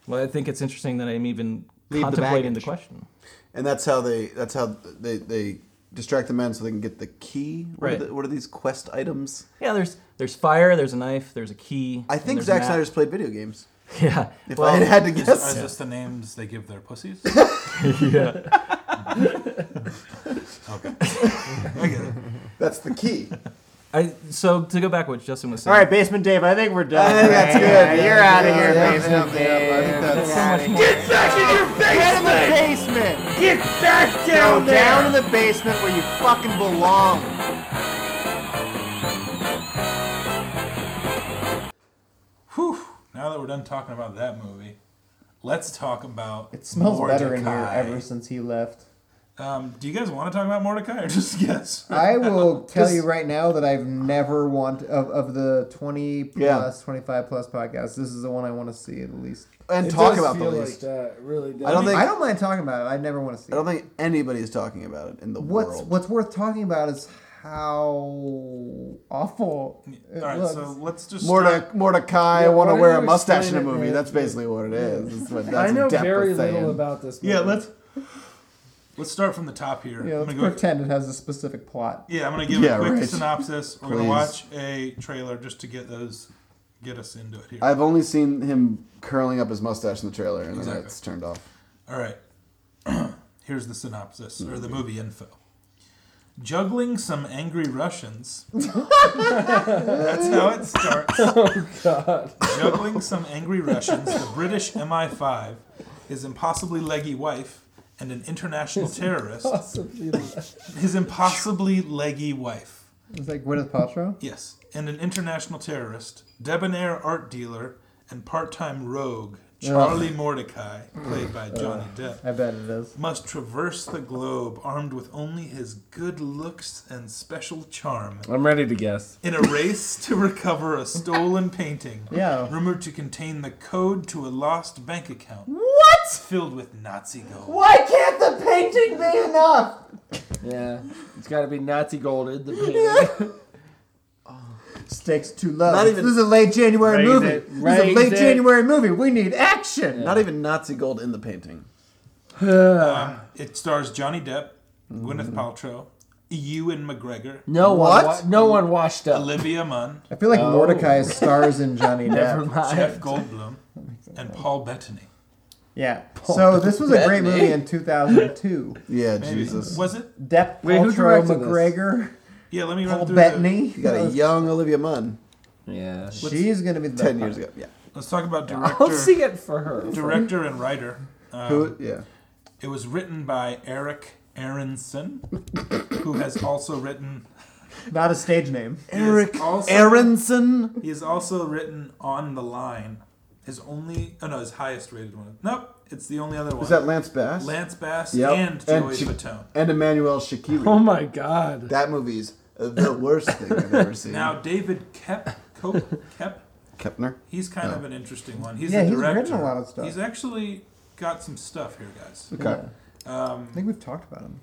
Speaker 8: Well, I think it's interesting that I'm even
Speaker 4: Mm-hmm. Leave the
Speaker 8: contemplating the,
Speaker 4: baggage.
Speaker 8: question.
Speaker 4: And that's how they. That's how they they distract the men so they can get the key. What Are
Speaker 8: Right.
Speaker 4: the, what are these quest items?
Speaker 8: Yeah, there's there's fire, there's a knife, there's a key.
Speaker 4: I
Speaker 8: and
Speaker 4: think
Speaker 8: there's
Speaker 4: Zack
Speaker 8: a map.
Speaker 4: Snyder's played video games.
Speaker 8: Yeah.
Speaker 4: If
Speaker 8: well,
Speaker 4: I had to
Speaker 1: is,
Speaker 4: guess,
Speaker 1: are just the names they give their pussies? okay. I get it.
Speaker 4: that's the key.
Speaker 8: I, so to go back to what Justin was
Speaker 5: All
Speaker 8: saying.
Speaker 5: right, Basement Dave, I think we're done.
Speaker 4: I think that's good.
Speaker 5: Yeah, You're out of
Speaker 4: Yeah,
Speaker 5: here,
Speaker 4: yeah,
Speaker 5: Basement
Speaker 4: yeah, yeah, I think
Speaker 5: Dave.
Speaker 4: that's-
Speaker 5: Get back in your basement! Get in the basement! Get back down Go down in the basement where you fucking belong.
Speaker 1: Now that we're done talking about that movie, let's talk about
Speaker 2: It smells better in here
Speaker 1: Mordecai.
Speaker 2: ever since he left.
Speaker 1: Um, do you guys want to talk about Mordecai or just guess?
Speaker 2: I will tell you right now that I've never want of, of the 20
Speaker 4: Yeah.
Speaker 2: plus 25 plus podcasts. This is the one I want to see at least.
Speaker 4: And
Speaker 3: It
Speaker 4: talk
Speaker 3: does
Speaker 4: about the
Speaker 3: feel
Speaker 4: least.
Speaker 3: Like that, it really does.
Speaker 4: I don't think.
Speaker 2: I don't mind talking about it. I never want to see.
Speaker 4: I
Speaker 2: It.
Speaker 4: don't think anybody is talking about it in the
Speaker 2: What's
Speaker 4: world.
Speaker 2: what's worth talking about is how awful
Speaker 1: All
Speaker 2: it
Speaker 1: right,
Speaker 2: looks.
Speaker 1: so let's just start-
Speaker 4: Morda- Mordecai, I
Speaker 3: Yeah,
Speaker 4: want to
Speaker 3: why
Speaker 4: wear a
Speaker 3: don't you
Speaker 4: mustache in a
Speaker 3: explain it,
Speaker 4: movie.
Speaker 3: man?
Speaker 4: That's basically what it is. That's what, that's
Speaker 3: I know
Speaker 4: what Depp
Speaker 3: very
Speaker 4: was saying.
Speaker 3: little about this movie.
Speaker 1: Yeah, let's let's start from the top here.
Speaker 2: yeah,
Speaker 1: I'm
Speaker 2: let's
Speaker 1: gonna go.
Speaker 2: pretend it has a specific plot.
Speaker 1: yeah, I'm gonna give
Speaker 4: Yeah,
Speaker 1: a quick
Speaker 4: right.
Speaker 1: synopsis. We're
Speaker 4: Please.
Speaker 1: gonna watch a trailer just to get those, get us into it here.
Speaker 4: I've only seen him curling up his mustache in the trailer, and then
Speaker 1: Exactly.
Speaker 4: it's turned off.
Speaker 2: Mm-hmm.
Speaker 1: All right, here's the synopsis or the movie info. juggling some angry Russians. That's how it starts.
Speaker 2: Oh,
Speaker 1: Juggling some angry Russians, the British MI5, his impossibly leggy wife, and an international terrorist. His impossibly leggy wife.
Speaker 2: It's like Gwyneth Paltrow.
Speaker 1: Yes, and an international terrorist, debonair art dealer, and part time rogue, Charlie Mordecai, played by Johnny Depp
Speaker 2: I bet it is.
Speaker 1: must traverse the globe armed with only his good looks and special charm
Speaker 3: I'm ready to guess.
Speaker 1: in a race to recover a stolen painting
Speaker 2: Yeah.
Speaker 1: rumored to contain the code to a lost bank account
Speaker 2: What?
Speaker 1: filled with Nazi gold.
Speaker 2: Why can't the painting be enough?
Speaker 3: Yeah, it's got to be Nazi gold in the painting.
Speaker 2: Stakes too low.
Speaker 4: Not even-
Speaker 2: this is a late January
Speaker 4: Raise
Speaker 2: movie.
Speaker 4: it,
Speaker 2: This is a
Speaker 3: raise
Speaker 2: late
Speaker 3: it.
Speaker 2: January movie. We need action.
Speaker 4: Not even Nazi gold in the painting.
Speaker 1: Um, it stars Johnny Depp,
Speaker 2: Mm-hmm.
Speaker 1: Gwyneth Paltrow, Ewan McGregor,
Speaker 3: No
Speaker 4: What?
Speaker 3: one, wa- no one washed up.
Speaker 1: Olivia Munn,
Speaker 2: I feel like Mordecai stars in Johnny
Speaker 3: Never
Speaker 2: Depp.
Speaker 3: mind.
Speaker 1: Jeff Goldblum, and Paul Bettany.
Speaker 2: Yeah. So this was a great
Speaker 4: Bettany.
Speaker 2: movie in 2002.
Speaker 4: Yeah,
Speaker 1: Maybe.
Speaker 4: Jesus.
Speaker 1: Was it?
Speaker 2: Depp,
Speaker 3: Wait, who
Speaker 2: Paltrow,
Speaker 3: directed this?
Speaker 2: McGregor,
Speaker 1: Yeah, let me
Speaker 2: Paul
Speaker 1: run through.
Speaker 2: Bettany.
Speaker 4: You got a young Olivia Munn
Speaker 3: Yeah,
Speaker 2: She's gonna be the
Speaker 4: ten years ago. Yeah.
Speaker 1: The, let's talk about
Speaker 3: I'll
Speaker 1: director,
Speaker 3: see it for her.
Speaker 1: director and writer. Um,
Speaker 4: Who? Yeah.
Speaker 1: It was written by Eric Aronson, who has also written.
Speaker 2: Not a stage name.
Speaker 1: Eric also,
Speaker 4: Aronson.
Speaker 1: He has also written On the Line. His only, oh no, his highest rated one. Nope, it's the only other one.
Speaker 4: Is that Lance Bass?
Speaker 1: Lance Bass
Speaker 4: Yep.
Speaker 1: and Joey
Speaker 4: Ch-
Speaker 1: Fatone.
Speaker 4: and Emmanuel Shakiri.
Speaker 3: Oh my god.
Speaker 4: That movie's the worst thing I've ever seen.
Speaker 1: Now David Kep, Cope, Kep,
Speaker 4: Kepner.
Speaker 1: he's kind of an interesting one. He's
Speaker 2: Yeah,
Speaker 1: the
Speaker 2: he's
Speaker 1: director.
Speaker 2: written a lot of stuff.
Speaker 1: He's actually got some stuff here, guys.
Speaker 4: Okay.
Speaker 1: Um,
Speaker 2: I think we've talked about him.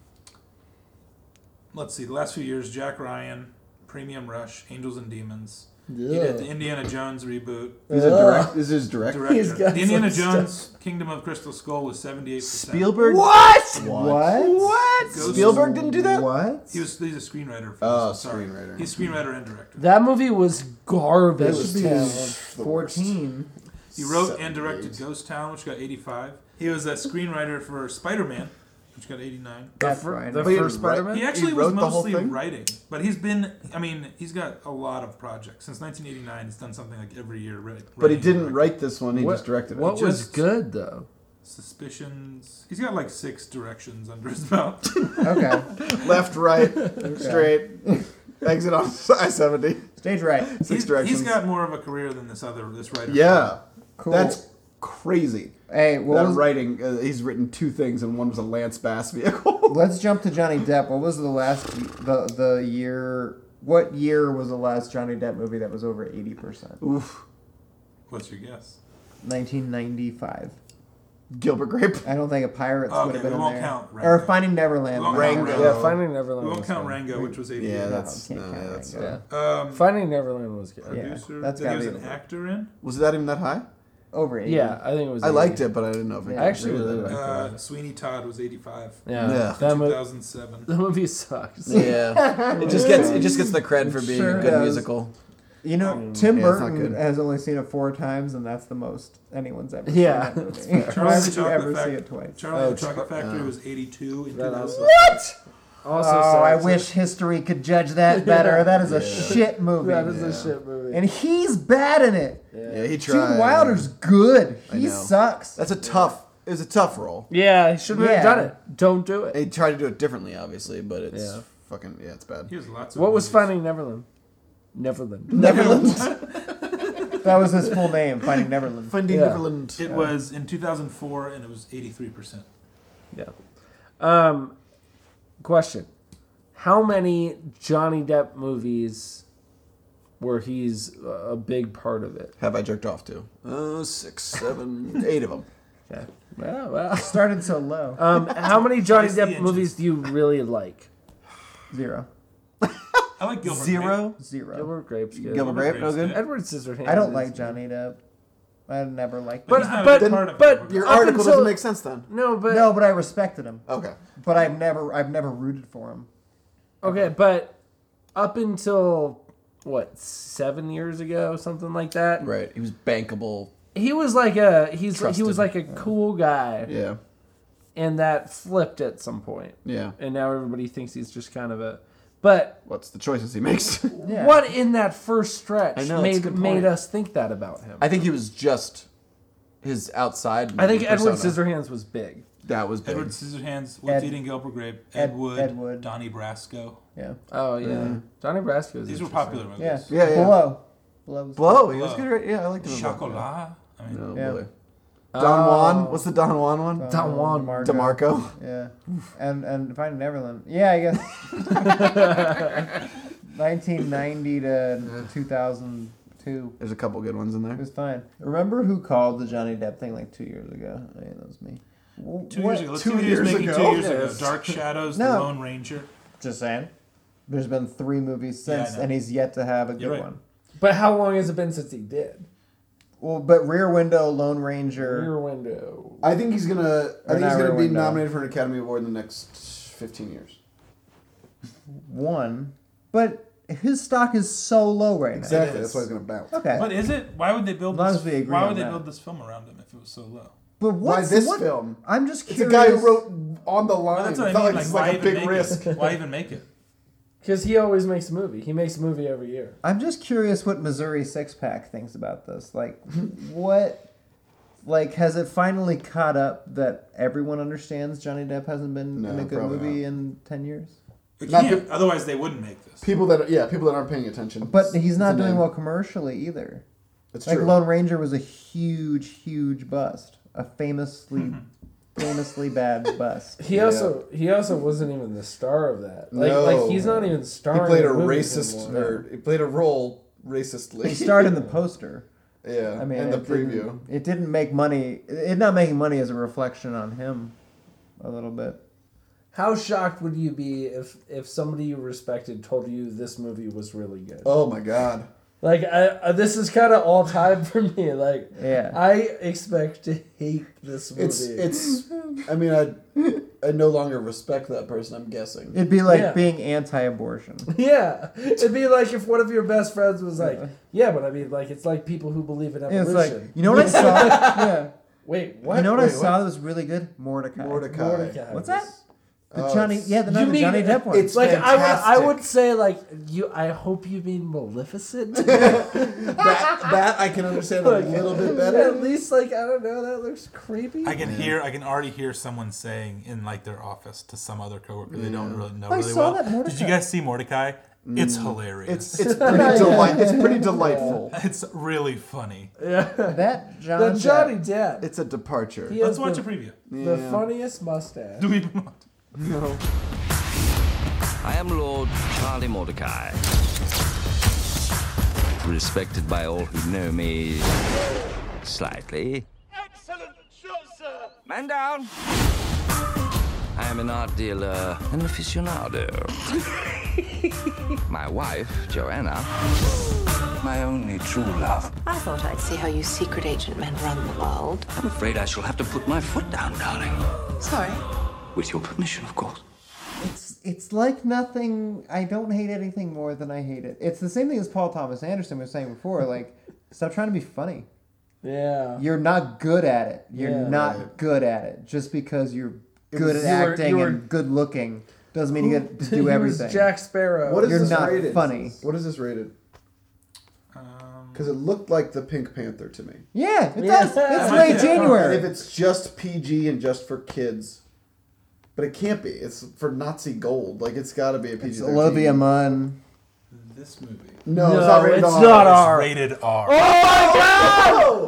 Speaker 1: let's see, the last few years, Jack Ryan, Premium Rush, Angels and Demons. He did the Indiana Jones reboot.
Speaker 4: He's a direct. This is direct.
Speaker 1: director.
Speaker 3: He's got
Speaker 1: the Indiana
Speaker 3: some
Speaker 1: Jones Kingdom of Crystal Skull was 78%.
Speaker 4: Spielberg.
Speaker 3: What?
Speaker 2: What? What?
Speaker 1: Ghost-
Speaker 4: Spielberg didn't do that.
Speaker 2: What?
Speaker 1: He was he's a screenwriter. For
Speaker 4: Oh,
Speaker 1: this, sorry.
Speaker 4: screenwriter.
Speaker 1: He's screenwriter and director.
Speaker 3: That movie was garbage.
Speaker 2: That should be
Speaker 4: the
Speaker 2: 14.
Speaker 1: He wrote
Speaker 4: Seven
Speaker 1: and directed Ghost Town, which got 85. He was a screenwriter for Spider-Man, which got 89.
Speaker 3: The,
Speaker 2: That's
Speaker 3: fir-
Speaker 2: fine.
Speaker 3: the
Speaker 4: But he
Speaker 3: first
Speaker 4: wrote-
Speaker 3: Spider-Man.
Speaker 1: He actually was
Speaker 4: wrote the whole
Speaker 1: mostly
Speaker 4: thing?
Speaker 1: writing, but he's been. I mean, he's got a lot of projects since 1989. He's done something like every year, right?
Speaker 4: But he
Speaker 1: writing.
Speaker 4: didn't write this one. He just directed it.
Speaker 3: What was
Speaker 1: Just-
Speaker 3: good though?
Speaker 1: Suspicions. He's got like six directions under his belt.
Speaker 2: Okay.
Speaker 4: Left, right, straight, exit off I seventy.
Speaker 2: Stage right.
Speaker 4: Six
Speaker 1: He's-
Speaker 4: directions.
Speaker 1: He's got more of a career than this other this writer.
Speaker 4: yeah.
Speaker 2: Cool.
Speaker 4: That's crazy.
Speaker 2: hey. What
Speaker 4: that
Speaker 2: was,
Speaker 4: writing. Uh, he's written two things, and one was a Lance Bass vehicle.
Speaker 2: Let's jump to Johnny Depp. What was the last the the year? What year was the last Johnny Depp movie that was over eighty percent?
Speaker 4: Oof.
Speaker 1: What's your guess?
Speaker 2: Nineteen ninety five.
Speaker 4: Gilbert Grape.
Speaker 2: I don't think a Pirates
Speaker 1: Okay,
Speaker 2: would have been
Speaker 1: we
Speaker 2: in
Speaker 1: won't
Speaker 2: there.
Speaker 1: count Rango.
Speaker 2: or Finding Neverland.
Speaker 1: We won't
Speaker 2: Rango.
Speaker 1: count
Speaker 4: Yeah,
Speaker 1: Rango.
Speaker 3: Yeah,
Speaker 4: Oh.
Speaker 3: Finding Neverland.
Speaker 1: we won't
Speaker 3: was
Speaker 1: count
Speaker 3: good.
Speaker 1: Rango, which was 80.
Speaker 4: Yeah,
Speaker 2: No,
Speaker 4: that's
Speaker 2: can't
Speaker 4: no,
Speaker 2: count
Speaker 4: that's
Speaker 2: Rango.
Speaker 3: Yeah.
Speaker 1: Um,
Speaker 3: Finding Neverland was good. Yeah,
Speaker 2: Yeah,
Speaker 1: producer
Speaker 2: that's
Speaker 1: that
Speaker 2: gotta
Speaker 1: he was
Speaker 2: be
Speaker 1: an
Speaker 2: the-
Speaker 1: actor in.
Speaker 4: Was it that even that high?
Speaker 2: Over eighty.
Speaker 3: I think it was.
Speaker 4: I liked
Speaker 3: 80.
Speaker 4: it, but I didn't know if it.
Speaker 2: Yeah.
Speaker 3: I actually really liked
Speaker 1: Uh, Sweeney Todd was 85.
Speaker 3: it. Yeah,
Speaker 4: Yeah.
Speaker 3: That, mo-
Speaker 1: 2007.
Speaker 3: that movie sucks.
Speaker 4: Yeah, it just gets it just gets the cred for being
Speaker 2: Sure
Speaker 4: a good
Speaker 2: does.
Speaker 4: musical.
Speaker 2: You know,
Speaker 4: Mm, yeah,
Speaker 2: Tim
Speaker 4: it's not
Speaker 2: Burton
Speaker 4: good.
Speaker 2: has only seen it four times, and that's the most anyone's ever
Speaker 3: Yeah,
Speaker 2: seen. that movie. Why
Speaker 1: Charlie
Speaker 2: would you
Speaker 1: Chocolate
Speaker 2: ever see
Speaker 1: Factory.
Speaker 2: it twice?
Speaker 1: Charlie
Speaker 4: Oh,
Speaker 1: the Chocolate
Speaker 4: Char-
Speaker 1: Factory
Speaker 4: uh,
Speaker 1: was 82 in
Speaker 3: That also-
Speaker 1: 2000.
Speaker 3: Also,
Speaker 2: Oh, I
Speaker 3: sucks.
Speaker 2: wish history could judge that better. That is a shit movie.
Speaker 3: That is
Speaker 4: Yeah.
Speaker 3: a shit movie.
Speaker 2: and he's bad in it.
Speaker 4: Yeah, he tried.
Speaker 2: Gene Wilder's good.
Speaker 4: I
Speaker 2: He
Speaker 4: know.
Speaker 2: sucks.
Speaker 4: That's a tough. It was a tough role.
Speaker 3: yeah, he shouldn't
Speaker 2: Yeah.
Speaker 3: have done it. Don't do it.
Speaker 4: They tried to do it differently, obviously, but it's
Speaker 3: Yeah.
Speaker 4: fucking yeah, it's bad.
Speaker 1: Here's lots of
Speaker 3: What was
Speaker 1: movies.
Speaker 3: Finding Neverland? Neverland.
Speaker 4: Neverland,
Speaker 2: that was his full name, Finding Neverland.
Speaker 4: Finding
Speaker 3: Yeah.
Speaker 4: Neverland.
Speaker 1: It was in 2004 and it was 83%.
Speaker 3: Yeah. Um, question: How many Johnny Depp movies where he's a big part of it?
Speaker 4: Have I jerked off to? Uh, six, seven, eight of them.
Speaker 3: Yeah, well.
Speaker 2: Started so low.
Speaker 3: Um, how many Johnny
Speaker 1: Twice the
Speaker 3: Depp
Speaker 1: inches.
Speaker 3: movies do you really like?
Speaker 2: Zero.
Speaker 1: I like Gilbert. Grape.
Speaker 4: Zero.
Speaker 2: Zero.
Speaker 3: Edward Grape's good.
Speaker 4: Gilbert Grape, no
Speaker 1: Grape's
Speaker 4: good.
Speaker 1: good.
Speaker 3: Edward Scissorhands.
Speaker 2: I don't
Speaker 3: is
Speaker 2: like
Speaker 3: good.
Speaker 2: Johnny Depp. I never liked
Speaker 3: But
Speaker 2: him.
Speaker 1: He's not a
Speaker 3: but
Speaker 1: big part of it.
Speaker 3: but
Speaker 4: Your
Speaker 3: up
Speaker 4: article
Speaker 3: until-
Speaker 4: doesn't make sense then.
Speaker 3: No, but
Speaker 2: No, but I respected him.
Speaker 4: Okay.
Speaker 2: But I've never, I've never rooted for him.
Speaker 3: okay, but up until what seven years ago, something like that.
Speaker 4: Right. He was bankable.
Speaker 3: He was like a he's he
Speaker 4: Trusted.
Speaker 3: was like a cool guy.
Speaker 4: Yeah.
Speaker 3: and that flipped at some point.
Speaker 4: Yeah.
Speaker 3: And now everybody thinks he's just kind of a. But
Speaker 4: What's the choices he makes?
Speaker 2: Yeah.
Speaker 3: what in that first stretch
Speaker 4: I know, it's a
Speaker 3: made
Speaker 4: good
Speaker 3: made
Speaker 4: point.
Speaker 3: us think that about him?
Speaker 4: I think he was just his outside.
Speaker 3: I think
Speaker 4: persona.
Speaker 3: Edward Scissorhands was big.
Speaker 4: That was big.
Speaker 1: Edward Scissorhands, What's
Speaker 2: Ed-
Speaker 1: Eating Gilbert Grape,
Speaker 2: Ed-
Speaker 1: Ed Wood,
Speaker 2: Ed Wood.
Speaker 1: Donnie Brasco.
Speaker 2: Yeah.
Speaker 3: Oh yeah, Johnny Brasco was.
Speaker 1: These were
Speaker 3: interesting.
Speaker 1: popular movies.
Speaker 2: Yeah.
Speaker 4: Yeah, yeah.
Speaker 2: Below. Below. was-
Speaker 4: Blow. He was
Speaker 1: Blow.
Speaker 4: good. Right? Yeah, I liked him. in Blow.
Speaker 1: Chocolat. I mean,
Speaker 4: No,
Speaker 2: Yeah.
Speaker 4: boy. Don
Speaker 3: Oh.
Speaker 4: Juan. What's the Don Juan one?
Speaker 2: Um,
Speaker 3: Don Juan,
Speaker 4: DeMarco.
Speaker 2: Yeah, and and Finding Neverland. Yeah, I guess. 1990 to 2002
Speaker 4: There's a couple good ones in
Speaker 2: it
Speaker 4: there.
Speaker 2: was fine. Remember who called the Johnny Depp thing like two years ago? I mean, that was me. W-
Speaker 1: Two
Speaker 2: what-
Speaker 1: years ago. Let's
Speaker 4: Two
Speaker 1: see what he
Speaker 4: years
Speaker 1: was making
Speaker 4: ago?
Speaker 1: two years
Speaker 4: Yes.
Speaker 1: ago. Dark Shadows, The
Speaker 2: No.
Speaker 1: Lone Ranger.
Speaker 2: Just saying. There's been three movies
Speaker 1: Yeah, I
Speaker 2: since,
Speaker 1: know.
Speaker 2: and he's yet to have a good
Speaker 1: You're right.
Speaker 2: one.
Speaker 3: But how long has it been since he did
Speaker 2: Well, but Rear Window, Lone Ranger.
Speaker 3: Rear Window?
Speaker 4: I think he's gonna. I
Speaker 2: Or
Speaker 4: think he's
Speaker 2: not
Speaker 4: gonna be
Speaker 2: Rear Window.
Speaker 4: nominated for an Academy Award in the next 15 years.
Speaker 2: one, but his stock is so low right now.
Speaker 4: Exactly.
Speaker 1: is.
Speaker 4: That's why he's gonna bounce.
Speaker 2: Okay,
Speaker 1: But
Speaker 2: but,
Speaker 1: is it? Why would they build?
Speaker 2: As long
Speaker 1: This,
Speaker 2: as we agree
Speaker 1: why
Speaker 2: on
Speaker 1: would they
Speaker 2: that.
Speaker 1: build this film around him if it was so low?
Speaker 2: what's
Speaker 4: why this
Speaker 2: what-
Speaker 4: film?
Speaker 2: I'm just
Speaker 4: It's
Speaker 2: curious.
Speaker 4: a guy who wrote on the line.
Speaker 1: Well, that's what I
Speaker 4: It's
Speaker 1: mean.
Speaker 4: not like
Speaker 1: Like,
Speaker 4: it's
Speaker 1: why
Speaker 4: like a
Speaker 1: even
Speaker 4: big
Speaker 1: make
Speaker 4: risk.
Speaker 1: It? Why even make it?
Speaker 3: Because he always makes a movie. He makes a movie every year.
Speaker 2: I'm just curious what Missouri Six Pack thinks about this. Like, what, like, has it finally caught up that everyone understands Johnny Depp hasn't been
Speaker 4: No,
Speaker 2: in a good
Speaker 4: probably
Speaker 2: movie in ten years?
Speaker 1: It
Speaker 4: Not
Speaker 1: can't. Otherwise, they wouldn't make this.
Speaker 4: People that are, yeah, people that aren't paying attention.
Speaker 2: But he's not
Speaker 4: It's a
Speaker 2: doing
Speaker 4: name.
Speaker 2: well commercially either.
Speaker 4: It's
Speaker 2: like
Speaker 4: true.
Speaker 2: Lone Ranger was a huge, huge bust, a famously, famously bad bust.
Speaker 3: He
Speaker 4: Yeah.
Speaker 3: also he also wasn't even the star of that. Like
Speaker 4: No.
Speaker 3: like he's not even
Speaker 4: he
Speaker 3: starring.
Speaker 4: played a
Speaker 3: in movies
Speaker 4: racist,
Speaker 3: anymore.
Speaker 4: or he played a role racistly.
Speaker 2: He starred in the poster.
Speaker 4: yeah,
Speaker 2: I mean,
Speaker 4: in the
Speaker 2: it didn't-
Speaker 4: preview.
Speaker 2: it didn't make money. It not making money is a reflection on him, a little bit.
Speaker 3: How shocked would you be if if somebody you respected told you this movie was really good?
Speaker 4: Oh my god.
Speaker 3: Like I, I this is kind of all time for me. Like
Speaker 2: Yeah.
Speaker 3: I expect to hate this movie.
Speaker 4: It's it's. I mean, I I no longer respect that person. I'm guessing.
Speaker 2: It'd be like
Speaker 3: Yeah.
Speaker 2: being anti-abortion.
Speaker 3: yeah, it'd be like if one of your best friends was like, "Yeah, but I mean, like, it's like people who believe in
Speaker 2: It's
Speaker 3: evolution."
Speaker 2: like you know what I saw. yeah.
Speaker 3: Wait, what?
Speaker 2: You know what I
Speaker 4: Wait,
Speaker 2: saw that was really good? Mordecai.
Speaker 4: Mordecai.
Speaker 3: Mordecai.
Speaker 2: What's that? The
Speaker 4: Oh,
Speaker 2: Johnny.
Speaker 4: it's-
Speaker 2: Yeah, the, no,
Speaker 3: You
Speaker 2: the
Speaker 3: mean-
Speaker 2: Johnny Depp one.
Speaker 4: it's-
Speaker 3: Like I would, I would
Speaker 4: fantastic.
Speaker 3: say like you. I hope you mean Maleficent.
Speaker 4: That, that I can understand a little bit better.
Speaker 3: At least like I don't know. That looks creepy.
Speaker 1: I can hear. I can already hear someone saying in like their office to some other coworker they don't really know
Speaker 2: I
Speaker 1: really
Speaker 2: saw
Speaker 1: well.
Speaker 2: that Mordecai. Mm.
Speaker 1: Did you guys see Mordecai? It's hilarious.
Speaker 4: It's pretty delight. It's pretty delightful.
Speaker 1: It's really funny.
Speaker 2: that John.
Speaker 3: the Johnny
Speaker 2: Depp.
Speaker 3: Depp.
Speaker 4: It's a departure.
Speaker 3: He
Speaker 1: Let's
Speaker 3: has
Speaker 1: watch
Speaker 3: the,
Speaker 1: a preview.
Speaker 3: the funniest mustache.
Speaker 1: Do we? Not?
Speaker 9: I am Lord Charlie Mordecai. Respected by all who know me slightly. Excellent shot, sir! Man down! I am an art dealer and aficionado. my wife, Joanna, my only true love.
Speaker 10: I thought I'd see how you secret agent men run the world.
Speaker 9: I'm afraid I shall have to put my foot down, darling.
Speaker 10: Sorry.
Speaker 9: With your permission, of course.
Speaker 2: It's it's like nothing. I don't hate anything more than I hate it. It's the same thing as Paul Thomas Anderson was saying before. Like, stop trying to be funny.
Speaker 3: Yeah.
Speaker 2: You're not good at it. You're
Speaker 3: Yeah.
Speaker 2: not good at it. Just because you're good at
Speaker 3: You were-
Speaker 2: acting
Speaker 3: you were-
Speaker 2: and good looking doesn't mean you get to do
Speaker 3: He
Speaker 2: everything.
Speaker 3: was Jack Sparrow.
Speaker 4: What is
Speaker 2: You're
Speaker 4: this
Speaker 2: not
Speaker 4: rated?
Speaker 2: funny.
Speaker 4: What is this rated? Because it looked like the Pink Panther to me.
Speaker 2: Yeah, it
Speaker 3: Yeah.
Speaker 2: does. It's late
Speaker 4: And if
Speaker 2: January.
Speaker 4: it's just PG and just for kids, but it can't be. It's for Nazi gold. Like it's got to be a PG.
Speaker 2: It's Olivia Munn.
Speaker 1: This movie.
Speaker 4: No, it's not rated
Speaker 3: it's
Speaker 4: R.
Speaker 3: not
Speaker 4: It's-
Speaker 3: R.
Speaker 1: Rated R.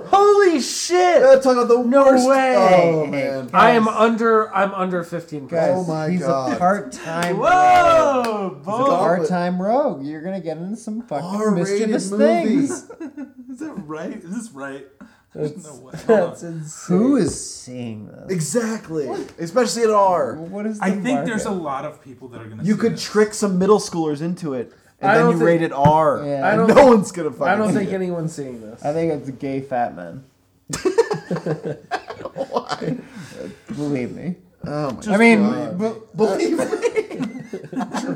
Speaker 3: Holy shit!
Speaker 4: That's talking about the
Speaker 3: No
Speaker 4: worst.
Speaker 3: way.
Speaker 4: Oh man.
Speaker 3: I am under. I'm under fifteen.
Speaker 2: Guys,
Speaker 4: Oh my
Speaker 2: he's
Speaker 4: God.
Speaker 2: a part-time.
Speaker 4: Oh
Speaker 3: Oh,
Speaker 1: Whoa!
Speaker 4: It's
Speaker 1: Bo-
Speaker 4: a
Speaker 2: Part-time rogue. You're gonna get into some fucking
Speaker 4: R-rated
Speaker 2: mischievous
Speaker 4: movie.
Speaker 2: things.
Speaker 1: Is that right? Is this right? There's no way. Hold on.
Speaker 3: That's insane.
Speaker 2: Who is seeing this?
Speaker 4: Exactly. Especially at R.
Speaker 2: What is? The
Speaker 1: I think there's a
Speaker 2: market?
Speaker 1: lot of people that are gonna.
Speaker 4: You
Speaker 1: see
Speaker 4: could
Speaker 1: this.
Speaker 4: trick some middle schoolers into it, and
Speaker 3: I
Speaker 4: then
Speaker 3: don't
Speaker 4: you
Speaker 3: think-
Speaker 4: rate it R.
Speaker 2: Yeah.
Speaker 4: And
Speaker 3: I don't
Speaker 4: no
Speaker 3: think-
Speaker 4: one's gonna fucking.
Speaker 3: I don't
Speaker 4: see
Speaker 3: think
Speaker 4: it.
Speaker 3: anyone's seeing this.
Speaker 2: I think it's gay fat men. Why? Believe me.
Speaker 4: Oh my
Speaker 2: I mean,
Speaker 4: God.
Speaker 2: b-
Speaker 4: believe me,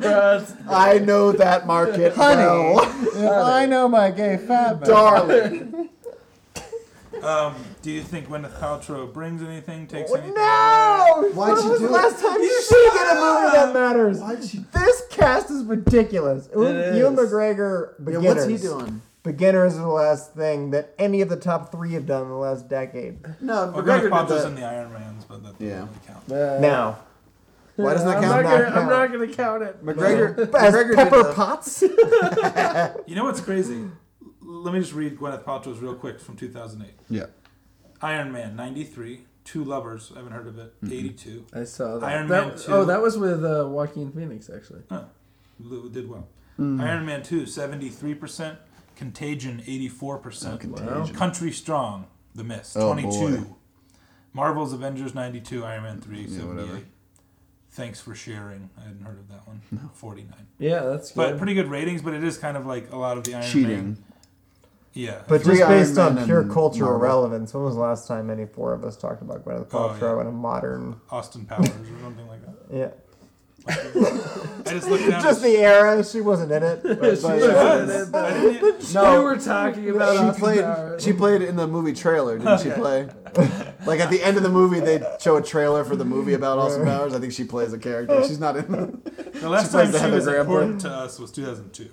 Speaker 3: Trust-
Speaker 4: I know that market
Speaker 2: honey,
Speaker 4: well.
Speaker 2: if I know my gay fat man,
Speaker 4: darling.
Speaker 1: Um, do you think Gwyneth Paltrow brings anything, takes anything?
Speaker 2: No!
Speaker 4: Why'd you
Speaker 2: When was
Speaker 4: do
Speaker 2: the
Speaker 4: it?
Speaker 2: last time you she did a movie that matters?
Speaker 4: Why'd she-
Speaker 2: This cast is ridiculous. Ewan, Ewan
Speaker 4: is.
Speaker 2: McGregor,
Speaker 4: Yeah, what's
Speaker 2: beginners.
Speaker 4: he doing?
Speaker 2: Beginners is the last thing that any of the top three have done in the last decade.
Speaker 4: No,
Speaker 1: Well,
Speaker 4: McGregor
Speaker 1: Gwyneth
Speaker 4: did
Speaker 1: Paltrow's
Speaker 4: that.
Speaker 1: in the Iron Man's, but that doesn't
Speaker 4: Yeah.
Speaker 1: really count.
Speaker 2: now,
Speaker 4: Why doesn't that
Speaker 3: Uh, I'm
Speaker 4: count?
Speaker 3: not,
Speaker 2: not
Speaker 3: gonna,
Speaker 2: count.
Speaker 3: I'm not gonna count it.
Speaker 4: McGregor,
Speaker 2: as
Speaker 4: McGregor did
Speaker 2: Pepper
Speaker 4: the-
Speaker 2: Potts.
Speaker 1: You know what's crazy? L- Let me just read Gwyneth Paltrow's real quick from 2008.
Speaker 4: Yeah.
Speaker 1: Iron Man 93, Two Lovers, I haven't heard of it, 82.
Speaker 3: I saw that.
Speaker 1: Iron
Speaker 3: That-
Speaker 1: Man 2.
Speaker 3: Oh, that was with uh, Joaquin Phoenix actually.
Speaker 1: Lou did well.
Speaker 4: Hmm.
Speaker 1: Iron Man 2, 73%, Contagion 84%, Country Strong, The Mist,
Speaker 4: Oh,
Speaker 1: 22.
Speaker 4: boy.
Speaker 1: Marvel's Avengers 92, Iron Man 3,
Speaker 4: whatever.
Speaker 1: 78. Thanks for sharing. I hadn't heard of that one. 49.
Speaker 3: Yeah, that's
Speaker 1: But
Speaker 3: good.
Speaker 1: pretty good ratings, but it is kind of like a lot of the Iron Man.
Speaker 4: Cheating.
Speaker 1: Yeah.
Speaker 2: But
Speaker 4: Three
Speaker 2: just
Speaker 4: Iron
Speaker 2: based
Speaker 4: Men
Speaker 2: on pure
Speaker 4: and
Speaker 2: cultural
Speaker 4: Marvel.
Speaker 2: relevance, when was the last time any four of us talked about Gwyneth
Speaker 1: Oh,
Speaker 2: Paltrow
Speaker 1: yeah.
Speaker 2: in a modern?
Speaker 1: Austin Powers or something like that.
Speaker 2: Yeah,
Speaker 1: I just looked down.
Speaker 2: just the era. She wasn't in it. But, but-
Speaker 1: She
Speaker 4: uh,
Speaker 1: was. I didn't-
Speaker 4: No,
Speaker 3: we were talking about
Speaker 4: she
Speaker 3: Austin
Speaker 4: played.
Speaker 3: Powers.
Speaker 4: She played in the movie trailer, didn't she play? like at the end of the movie, they show a trailer for the movie about Austin Powers. I think she plays a character. She's not in. The,
Speaker 1: The last
Speaker 4: plays
Speaker 1: time
Speaker 4: the
Speaker 1: she
Speaker 4: Heather
Speaker 1: was
Speaker 4: Graham part.
Speaker 1: important to us was 2002,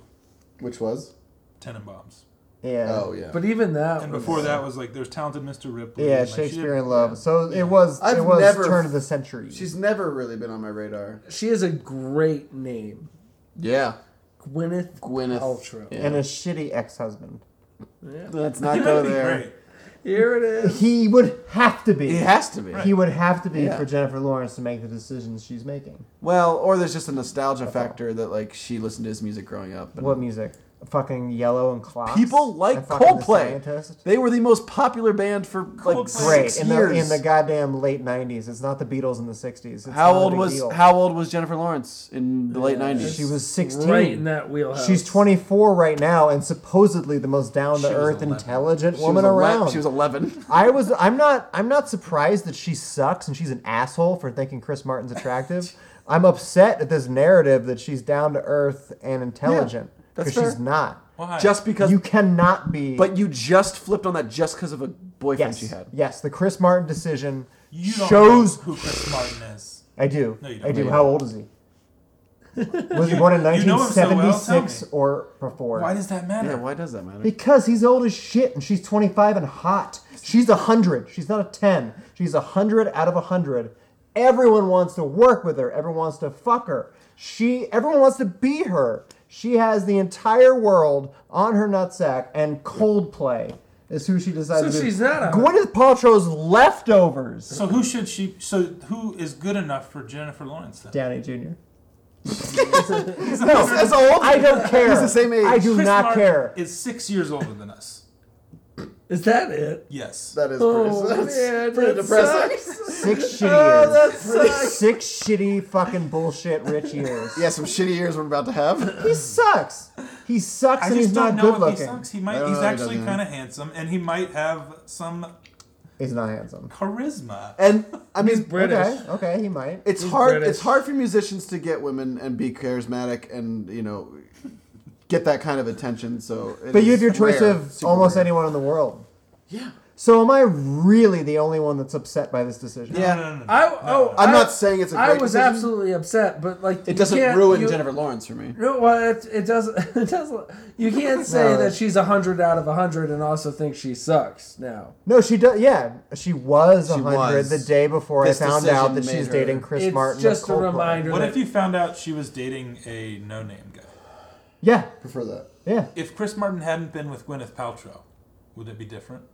Speaker 4: which was?
Speaker 1: Tenenbaums.
Speaker 2: yeah.
Speaker 4: Oh yeah.
Speaker 3: But even that.
Speaker 1: And
Speaker 3: was-
Speaker 1: before that was like there's Talented Mr. Ripley.
Speaker 2: Yeah,
Speaker 1: and, like, she did-
Speaker 2: Shakespeare in Love. So it was
Speaker 4: I've
Speaker 2: it was
Speaker 4: never-
Speaker 2: turn of the century.
Speaker 4: she's never really been on my radar.
Speaker 3: she is a great name,
Speaker 4: Yeah.
Speaker 3: Gwyneth.
Speaker 4: Gwyneth.
Speaker 3: Paltrow.
Speaker 4: Yeah.
Speaker 2: and a shitty ex-husband.
Speaker 4: Let's not
Speaker 1: That'd
Speaker 4: go
Speaker 1: be
Speaker 4: there.
Speaker 1: great.
Speaker 3: Here it is.
Speaker 2: He would have to be.
Speaker 4: He has to be.
Speaker 2: He would have to be
Speaker 4: Yeah.
Speaker 2: for Jennifer Lawrence to make the decisions she's making.
Speaker 4: Well, or there's just a nostalgia factor that like she listened to his music growing up. and-
Speaker 2: What music? Fucking yellow and clocks.
Speaker 4: People like
Speaker 2: and fucking The
Speaker 4: Coldplay.
Speaker 2: Scientist?
Speaker 4: They were the most popular band for like
Speaker 1: Coldplay.
Speaker 2: Great
Speaker 4: six
Speaker 2: in the,
Speaker 4: years.
Speaker 2: in the goddamn late '90s. It's not the Beatles in the '60s. It's
Speaker 4: how
Speaker 2: not a
Speaker 4: old
Speaker 2: big
Speaker 4: was
Speaker 2: deal.
Speaker 4: How old was Jennifer Lawrence in the late nineties?
Speaker 2: she was 16?
Speaker 3: Right in that wheelhouse.
Speaker 2: She's 24 right now and supposedly the most down to earth, intelligent woman around.
Speaker 4: She was eleven.
Speaker 2: I was I'm not I'm not surprised that she sucks and she's an asshole for thinking Chris Martin's attractive. I'm upset at this narrative that she's down to earth and intelligent
Speaker 4: that's
Speaker 2: because
Speaker 4: fair.
Speaker 2: she's not.
Speaker 1: Why?
Speaker 4: just because,
Speaker 2: You cannot be.
Speaker 4: but you just flipped on that just because of a boyfriend
Speaker 2: yes,
Speaker 4: she had.
Speaker 2: yes, the Chris Martin decision
Speaker 1: you don't
Speaker 2: shows.
Speaker 1: know who Chris Martin is.
Speaker 2: I do.
Speaker 1: No, you don't.
Speaker 2: I do.
Speaker 1: No, you
Speaker 2: How old is he? Was he born in
Speaker 1: you know him so well, tell
Speaker 2: 1976
Speaker 1: me.
Speaker 2: or before?
Speaker 1: Why does that matter?
Speaker 4: Yeah, why does that matter?
Speaker 2: Because he's old as shit and she's 25 and hot. She's 100. She's not a 10. She's 100 out of 100. Everyone wants to work with her. Everyone wants to fuck her. She everyone wants to be her. She has the entire world on her nutsack and Coldplay is who she decides
Speaker 3: So
Speaker 2: to be.
Speaker 3: she's not a-
Speaker 2: Gwyneth Paltrow's leftovers.
Speaker 1: so who should she? So who is good enough for Jennifer Lawrence then?
Speaker 2: Downey Jr.
Speaker 4: No, that's old.
Speaker 2: I don't care.
Speaker 4: the same age.
Speaker 2: I do
Speaker 1: Chris
Speaker 2: not
Speaker 1: Martin
Speaker 2: care.
Speaker 1: Is six years older than us.
Speaker 3: Is that it?
Speaker 1: Yes.
Speaker 4: That is
Speaker 3: Oh
Speaker 4: pretty, that's
Speaker 3: man,
Speaker 4: pretty
Speaker 3: that
Speaker 4: depressing.
Speaker 3: sucks.
Speaker 2: Six shitty
Speaker 3: Oh,
Speaker 2: years.
Speaker 3: that sucks.
Speaker 2: Six shitty fucking bullshit rich years.
Speaker 4: Yeah, some shitty years we're about to have.
Speaker 2: He sucks. He sucks
Speaker 1: I
Speaker 2: and
Speaker 1: just
Speaker 2: he's
Speaker 1: don't
Speaker 2: not
Speaker 1: know
Speaker 2: good
Speaker 1: if he
Speaker 2: looking.
Speaker 1: sucks. He might.
Speaker 4: don't
Speaker 1: He's
Speaker 4: know, he
Speaker 1: actually
Speaker 4: doesn't.
Speaker 1: kind of handsome, and he might have some
Speaker 2: He's not handsome.
Speaker 1: charisma.
Speaker 4: And I mean,
Speaker 3: British.
Speaker 2: Okay, okay, he might.
Speaker 4: it's hard.
Speaker 3: British.
Speaker 4: It's hard for musicians to get women and be charismatic and you know get that kind of attention. So, it
Speaker 2: But you have
Speaker 4: is
Speaker 2: your choice
Speaker 4: rare,
Speaker 2: of
Speaker 4: super
Speaker 2: almost
Speaker 4: rare.
Speaker 2: anyone in the world.
Speaker 4: Yeah.
Speaker 2: So am I really the only one that's upset by this decision?
Speaker 4: Yeah.
Speaker 1: No, no, no, no.
Speaker 3: I oh,
Speaker 4: I'm
Speaker 3: I-
Speaker 4: not saying it's a
Speaker 3: I
Speaker 4: great
Speaker 3: was
Speaker 4: decision.
Speaker 3: absolutely upset, but like
Speaker 4: It doesn't ruin Jennifer Lawrence for me.
Speaker 3: No, well, it, it doesn't. It doesn't. You can't say
Speaker 2: No.
Speaker 3: that she's hundred out of hundred and also think she sucks. Now
Speaker 2: No, she does. Yeah, she was a hundred
Speaker 4: was.
Speaker 2: the day before
Speaker 4: This
Speaker 2: I found
Speaker 4: decision
Speaker 2: out that
Speaker 4: made
Speaker 2: she's
Speaker 4: her-
Speaker 2: dating Chris
Speaker 3: it's
Speaker 2: Martin. of
Speaker 3: just a
Speaker 2: Coldplay.
Speaker 3: reminder.
Speaker 1: What
Speaker 3: that
Speaker 1: if you found out she was dating a no-name guy?
Speaker 2: Yeah,
Speaker 4: Prefer that.
Speaker 2: yeah.
Speaker 1: If Chris Martin hadn't been with Gwyneth Paltrow, would it be different?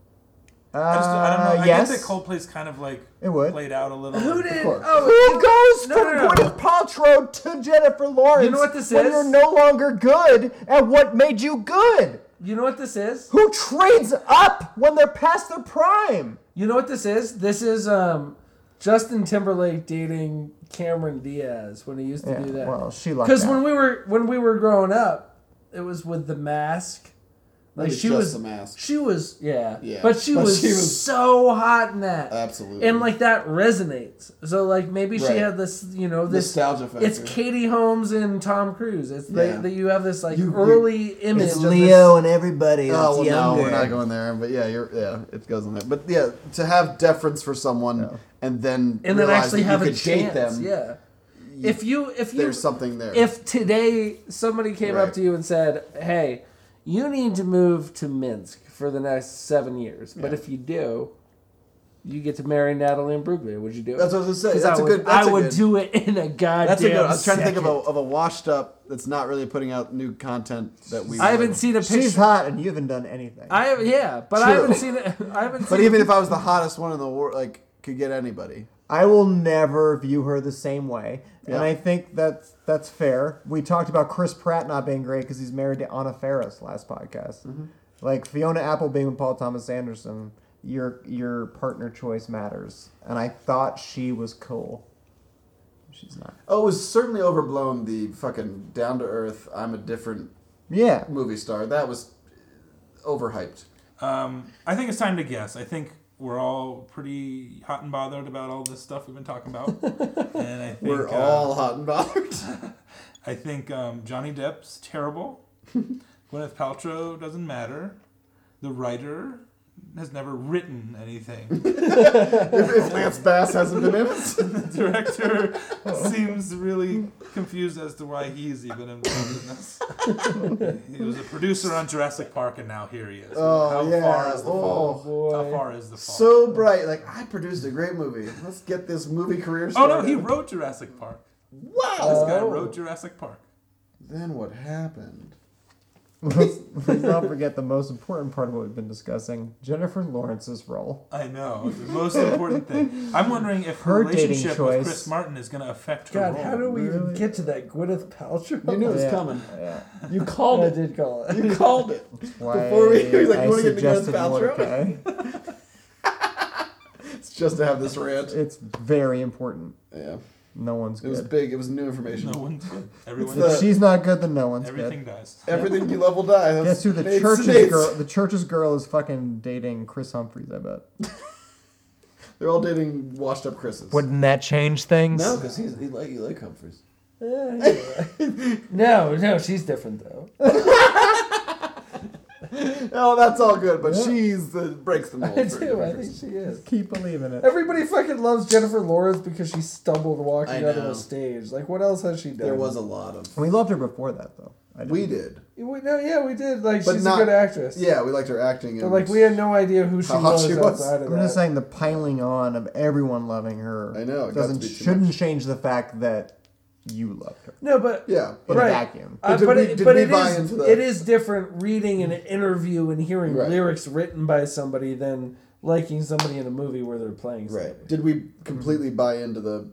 Speaker 2: Uh,
Speaker 1: I just, I don't know. I
Speaker 2: yes.
Speaker 1: get that Coldplay's kind of like
Speaker 2: It would.
Speaker 1: played out a little.
Speaker 3: Who did?
Speaker 4: course.
Speaker 3: Oh,
Speaker 2: Who goes
Speaker 3: No,
Speaker 2: from
Speaker 3: no, no.
Speaker 2: Gwyneth Paltrow to Jennifer Lawrence?
Speaker 3: You know what this
Speaker 2: when
Speaker 3: is?
Speaker 2: You're no longer good at what made you good.
Speaker 3: you know what this is?
Speaker 2: who trades up when they're past their prime.
Speaker 3: You know what this is? This is um, Justin Timberlake dating Cameron Diaz when he used to do that.
Speaker 2: well, she lucked
Speaker 3: Because when
Speaker 2: out.
Speaker 3: we were when we were growing up, it was with The Mask Like
Speaker 4: was
Speaker 3: she
Speaker 4: just
Speaker 3: was
Speaker 4: the mask.
Speaker 3: She was yeah.
Speaker 4: Yeah.
Speaker 3: But she
Speaker 4: But
Speaker 3: was
Speaker 4: she was-
Speaker 3: so hot in that.
Speaker 4: Absolutely.
Speaker 3: And like that resonates. So like maybe she
Speaker 4: Right.
Speaker 3: had this you know this
Speaker 4: Nostalgia factor.
Speaker 3: It's Katie Holmes and Tom Cruise. It's
Speaker 4: Yeah.
Speaker 3: that that you have this like
Speaker 4: You- you-
Speaker 3: early image.
Speaker 2: It's
Speaker 3: of
Speaker 2: Leo and everybody
Speaker 4: Oh
Speaker 2: else
Speaker 4: well,
Speaker 2: younger.
Speaker 4: no, we're not going there. But yeah, you're yeah, it goes on there. But yeah, to have deference for someone and then
Speaker 3: This, and then
Speaker 4: realize
Speaker 3: actually
Speaker 4: that
Speaker 3: have
Speaker 4: you
Speaker 3: a
Speaker 4: could date
Speaker 3: chance.
Speaker 4: them.
Speaker 3: Yeah. If you if you
Speaker 4: there's something there.
Speaker 3: if today somebody came up
Speaker 4: Right.
Speaker 3: to you and said, "Hey, you need to move to Minsk for the next seven years," but if you do, you get to marry Natalie and Bruglia, would you do it?
Speaker 4: That's what I was gonna say.
Speaker 3: 'Cause
Speaker 4: That's
Speaker 3: I
Speaker 4: a
Speaker 3: would,
Speaker 4: good- that's
Speaker 3: I
Speaker 4: a
Speaker 3: would
Speaker 4: good-
Speaker 3: do it in a goddamn.
Speaker 4: that's a good. I was trying to think of
Speaker 3: second.
Speaker 4: a, of a washed up that's not really putting out new content that we.
Speaker 3: I
Speaker 4: would-
Speaker 3: haven't seen a picture.
Speaker 2: She's hot and you haven't done anything.
Speaker 3: I have, yeah, but I
Speaker 4: True.
Speaker 3: haven't seen it. I haven't.
Speaker 4: But
Speaker 3: seen
Speaker 4: even if I was the hottest one in the world, like could get anybody.
Speaker 2: I will never view her the same way,
Speaker 4: Yeah.
Speaker 2: and I think that's that's fair. We talked about Chris Pratt not being great because he's married to Anna Faris last podcast.
Speaker 4: Mm-hmm.
Speaker 2: Like Fiona Apple being with Paul Thomas Anderson, your your partner choice matters, and I thought she was cool. She's not.
Speaker 4: Oh, it was certainly overblown. The fucking down to earth. I'm a different
Speaker 2: Yeah,
Speaker 4: movie star. That was overhyped.
Speaker 1: Um, I think it's time to guess. I think we're all pretty hot and bothered about all this stuff we've been talking about. and I think,
Speaker 4: We're
Speaker 1: uh,
Speaker 4: all hot and bothered.
Speaker 1: I think um, Johnny Depp's terrible. Gwyneth Paltrow doesn't matter. The writer has never written anything.
Speaker 4: if Lance Bass hasn't been in it,
Speaker 1: The director seems really confused as to why he's even involved in this. he was a producer on Jurassic Park, and now here he is.
Speaker 4: oh
Speaker 1: How
Speaker 4: yeah.
Speaker 1: far is the
Speaker 4: oh.
Speaker 1: fall? How far is the fall?
Speaker 4: so bright. Like I produced a great movie. Let's get this movie career
Speaker 1: oh
Speaker 4: started.
Speaker 1: no, he wrote Jurassic Park.
Speaker 4: wow.
Speaker 1: This guy
Speaker 4: Oh.
Speaker 1: wrote Jurassic Park.
Speaker 4: Then what happened?
Speaker 2: let's, let's not forget the most important part of what we've been discussing: Jennifer Lawrence's role.
Speaker 1: I know it's the most important thing. I'm wondering if her,
Speaker 2: Her dating
Speaker 1: relationship
Speaker 2: choice.
Speaker 1: with Chris Martin is going to affect her
Speaker 3: God,
Speaker 1: role.
Speaker 3: how do we even
Speaker 2: Really?
Speaker 3: get to that Gwyneth Paltrow?
Speaker 4: knew it was
Speaker 2: Yeah.
Speaker 4: coming.
Speaker 2: Yeah.
Speaker 4: You called
Speaker 3: I did call it.
Speaker 4: You called it.
Speaker 2: Why
Speaker 4: Before we- he's like,
Speaker 2: I
Speaker 4: "You wanna get the Gwyneth
Speaker 2: suggested
Speaker 4: Paltrow?"
Speaker 2: Mordecai.
Speaker 4: It's just to have this rant.
Speaker 2: It's very important.
Speaker 4: Yeah.
Speaker 2: No one's
Speaker 4: It was uh,
Speaker 2: good.
Speaker 4: big. It was new information.
Speaker 1: No one's good. Everyone's
Speaker 4: the-
Speaker 2: If she's not good, then no one's good.
Speaker 1: Everything dies.
Speaker 4: Everything you love will die. That's
Speaker 2: Guess who the
Speaker 4: Nate's-
Speaker 2: church's
Speaker 4: Nate's.
Speaker 2: girl? The church's girl is fucking dating Chris Humphries. I bet.
Speaker 4: They're all dating washed up Chris's.
Speaker 11: Wouldn't that change things?
Speaker 4: No, because he's he like you like Humphreys.
Speaker 3: No, no, she's different though.
Speaker 4: Oh, that's all good, but she's the breaks the mold.
Speaker 3: I
Speaker 4: for a
Speaker 3: do.
Speaker 4: different
Speaker 3: I think
Speaker 4: person.
Speaker 3: she is.
Speaker 2: Keep believing it.
Speaker 3: Everybody fucking loves Jennifer Lawrence because she stumbled
Speaker 4: I
Speaker 3: walking onto
Speaker 4: know.
Speaker 3: a stage. Like, what else has she done?
Speaker 4: There was a lot of
Speaker 2: We loved her before that, though. I didn't-
Speaker 4: we did,
Speaker 3: We, no, yeah, we did. Like,
Speaker 4: but
Speaker 3: she's
Speaker 4: not
Speaker 3: a good actress.
Speaker 4: Yeah, we liked her acting. And
Speaker 3: But, like, we had no idea who she
Speaker 4: How
Speaker 3: was
Speaker 4: she was.
Speaker 3: outside of
Speaker 2: I'm just
Speaker 3: that.
Speaker 2: saying the piling on of everyone loving her.
Speaker 4: I know, it got
Speaker 2: doesn't
Speaker 4: to be too
Speaker 2: shouldn't
Speaker 4: much.
Speaker 2: change the fact that you loved her.
Speaker 3: No, but
Speaker 4: yeah, but
Speaker 2: In a
Speaker 3: Right.
Speaker 2: vacuum.
Speaker 3: Uh,
Speaker 4: did
Speaker 3: but
Speaker 4: we-
Speaker 3: it,
Speaker 4: did
Speaker 3: but
Speaker 4: we
Speaker 3: it
Speaker 4: buy
Speaker 3: is-
Speaker 4: into the-
Speaker 3: it is different reading an interview and hearing
Speaker 4: Right.
Speaker 3: lyrics written by somebody than liking somebody in a movie where they're playing. Somebody.
Speaker 4: right. Did we completely buy into the?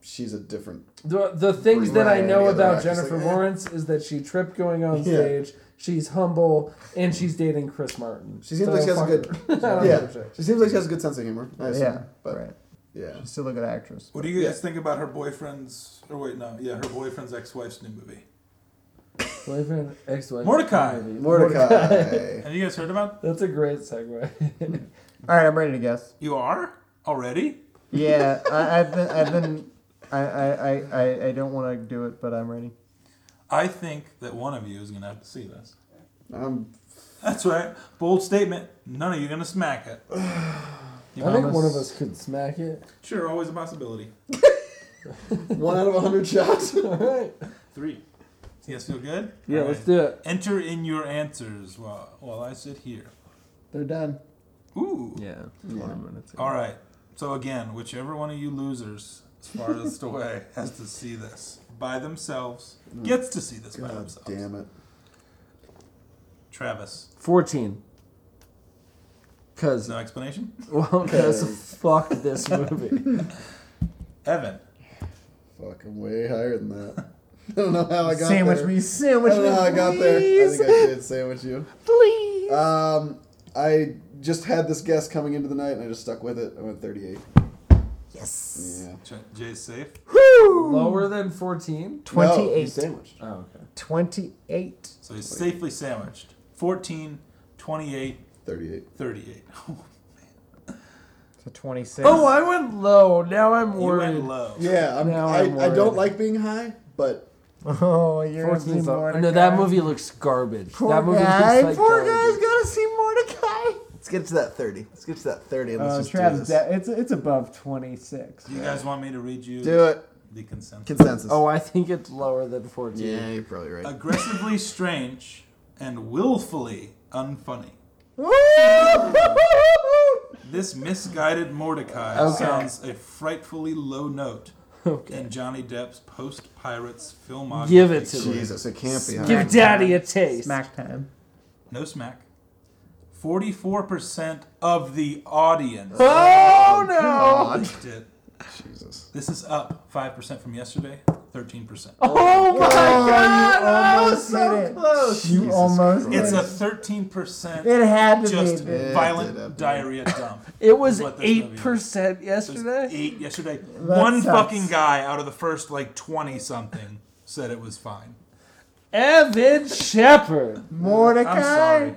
Speaker 4: She's a different.
Speaker 3: The, the things that I
Speaker 4: Right.
Speaker 3: know
Speaker 4: Yeah, they're
Speaker 3: about
Speaker 4: not just
Speaker 3: Jennifer
Speaker 4: like, eh.
Speaker 3: Lawrence is that she tripped going on
Speaker 4: Yeah.
Speaker 3: stage. She's humble and she's dating Chris Martin.
Speaker 4: She seems like she has a
Speaker 3: fuck
Speaker 4: good.
Speaker 3: her. I don't
Speaker 4: yeah,
Speaker 3: give a shit.
Speaker 4: she seems like she has a good sense of humor. I assume,
Speaker 2: yeah,
Speaker 4: but
Speaker 2: right.
Speaker 4: yeah,
Speaker 2: She's still a good actress.
Speaker 1: What do you guys think about her boyfriend's? Or wait, no, yeah, her boyfriend's ex-wife's new movie.
Speaker 3: Boyfriend, ex-wife.
Speaker 1: Mordecai.
Speaker 4: Mordecai.
Speaker 1: Have you guys heard about?
Speaker 3: That's a great segue.
Speaker 2: All right, I'm ready to guess.
Speaker 1: You are already.
Speaker 2: Yeah, I, I've been. I've been. I, I, I- I, I don't want to do it, but I'm ready.
Speaker 1: I think that one of you is going to have to see this.
Speaker 4: um,
Speaker 1: That's right. Bold statement. None of you are going to smack it. You
Speaker 3: I think
Speaker 1: promise?
Speaker 3: one of us could smack it.
Speaker 1: Sure, always a possibility.
Speaker 4: one out of a hundred shots.
Speaker 3: All right.
Speaker 1: Three. You guys feel good?
Speaker 3: Yeah,
Speaker 1: All
Speaker 3: let's
Speaker 1: right.
Speaker 3: do it.
Speaker 1: Enter in your answers while, while I sit here.
Speaker 2: They're done.
Speaker 1: Ooh.
Speaker 11: Yeah.
Speaker 1: All right. So again, whichever one of you losers as farthest away has to see this by themselves. Gets to see this by
Speaker 4: God
Speaker 1: themselves.
Speaker 4: damn it!
Speaker 1: Travis,
Speaker 3: 14. Because,
Speaker 1: no explanation.
Speaker 3: well, because fuck this movie.
Speaker 1: Evan,
Speaker 4: Fucking way higher than that. I don't know how I got
Speaker 2: Sandwich
Speaker 4: there.
Speaker 2: me,
Speaker 4: I
Speaker 2: sandwich
Speaker 4: don't
Speaker 2: me.
Speaker 4: know how I got there. I think I did sandwich you. Please. Um, I just had this guess coming into the night, and I just stuck with it. I went 38. Yes. Yeah.
Speaker 1: J- Jay's safe.
Speaker 3: Lower than 14?
Speaker 4: No, you
Speaker 2: 28.
Speaker 4: sandwiched.
Speaker 3: Oh, okay.
Speaker 2: 28.
Speaker 1: So he's safely sandwiched. 14, 28,
Speaker 4: 38.
Speaker 1: 38.
Speaker 2: So 26.
Speaker 3: Oh, I went low. Now I'm
Speaker 1: you
Speaker 3: worried.
Speaker 1: went low.
Speaker 11: Yeah, I'm,
Speaker 3: Now
Speaker 11: I,
Speaker 3: I'm
Speaker 11: I
Speaker 3: worried.
Speaker 11: don't like being high, but
Speaker 2: Oh, you're gonna see
Speaker 3: 14's up.
Speaker 2: Mordecai.
Speaker 3: No, that movie looks garbage.
Speaker 2: Poor
Speaker 3: that movie
Speaker 2: guy.
Speaker 3: looks like
Speaker 2: Poor
Speaker 3: garbage.
Speaker 2: guy's gotta see Mordecai.
Speaker 4: Let's get to that 30. Let's get to that 30
Speaker 3: Uh,
Speaker 4: and let's
Speaker 2: Oh,
Speaker 4: just do
Speaker 2: Trav's
Speaker 4: this.
Speaker 2: de- it's it's above 26.
Speaker 1: Do you guys want me to read you
Speaker 4: Do it.
Speaker 1: the consent?
Speaker 4: Consensus.
Speaker 3: Oh, I think it's lower than 14.
Speaker 4: yeah, you're probably
Speaker 1: Uh,
Speaker 4: right.
Speaker 1: Aggressively strange and willfully unfunny. This misguided Mordecai sounds a frightfully low note in Johnny Depp's post Pirates filmography.
Speaker 3: Give it to me.
Speaker 4: Jesus, it can't be. high.
Speaker 3: Give daddy a taste.
Speaker 2: Smack time.
Speaker 1: No smack. 44% of the audience
Speaker 3: Oh, no.
Speaker 4: God.
Speaker 1: liked it.
Speaker 4: Jesus.
Speaker 1: This is up 5% from yesterday, 13%.
Speaker 3: Oh, my God.
Speaker 2: Almost hit it. You
Speaker 4: Jesus
Speaker 2: almost. hit
Speaker 1: It's a
Speaker 2: it.
Speaker 1: 13%
Speaker 2: It had to
Speaker 1: just
Speaker 2: be. dude.
Speaker 4: It did,
Speaker 1: violent
Speaker 4: it
Speaker 1: diarrhea dump.
Speaker 3: It was
Speaker 1: What this movie
Speaker 3: 8%
Speaker 1: It was
Speaker 3: yesterday.
Speaker 1: Eight yesterday. One
Speaker 2: sucks.
Speaker 1: fucking guy out of the first like 20 something said it was fine.
Speaker 3: Evan Shepard.
Speaker 2: Mordecai.
Speaker 1: I'm sorry.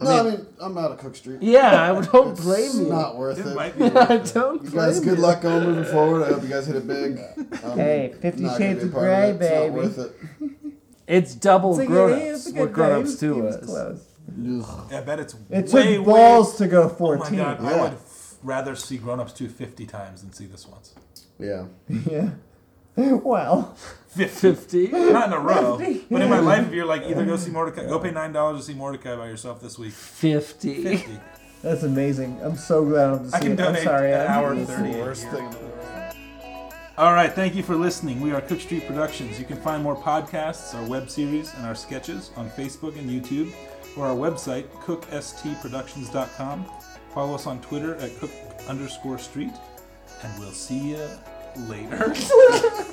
Speaker 11: no, I mean, I'm out of Cook Street.
Speaker 3: Yeah, I don't
Speaker 11: it's
Speaker 3: blame you.
Speaker 11: not worth
Speaker 1: It
Speaker 11: it.
Speaker 1: might be.
Speaker 3: I don't
Speaker 11: You
Speaker 3: blame
Speaker 11: guys, good luck on moving forward. I hope you guys hit it big. Um,
Speaker 2: Hey, Fifty
Speaker 11: not gonna
Speaker 2: Shades
Speaker 11: be a
Speaker 2: of
Speaker 11: part it.
Speaker 2: Grey, baby.
Speaker 11: It's not worth it.
Speaker 3: It's double
Speaker 2: It's a good-
Speaker 3: grown ups.
Speaker 2: it's a
Speaker 3: What
Speaker 2: good
Speaker 3: grown
Speaker 2: guy.
Speaker 3: ups
Speaker 2: He
Speaker 3: too
Speaker 2: was
Speaker 3: is.
Speaker 2: close.
Speaker 1: I bet it's
Speaker 2: It
Speaker 1: way,
Speaker 2: took
Speaker 1: way-
Speaker 2: balls to go
Speaker 1: Oh my
Speaker 2: 14.
Speaker 1: god, I
Speaker 11: Yeah.
Speaker 1: would f- rather see Grown Ups 2 50 times than see this once.
Speaker 11: Yeah.
Speaker 2: Yeah. Well,
Speaker 1: 50.
Speaker 3: 50.
Speaker 1: Not in a row. But in my life, if you're like, either go see Mordecai, go pay $9 to see Mordecai by yourself this week.
Speaker 3: 50.
Speaker 1: 50.
Speaker 2: that's amazing. I'm so glad I'm to see
Speaker 1: I can
Speaker 2: it. I'm
Speaker 1: donate
Speaker 2: sorry.
Speaker 1: an
Speaker 2: I-
Speaker 1: hour and 30.
Speaker 11: Worst thing.
Speaker 1: All right, thank you for listening. We are Cook Street Productions. You can find more podcasts, our web series, and our sketches on Facebook and YouTube, or our website, cookstproductions.com. Follow us on Twitter at cook underscore street, and we'll see you later.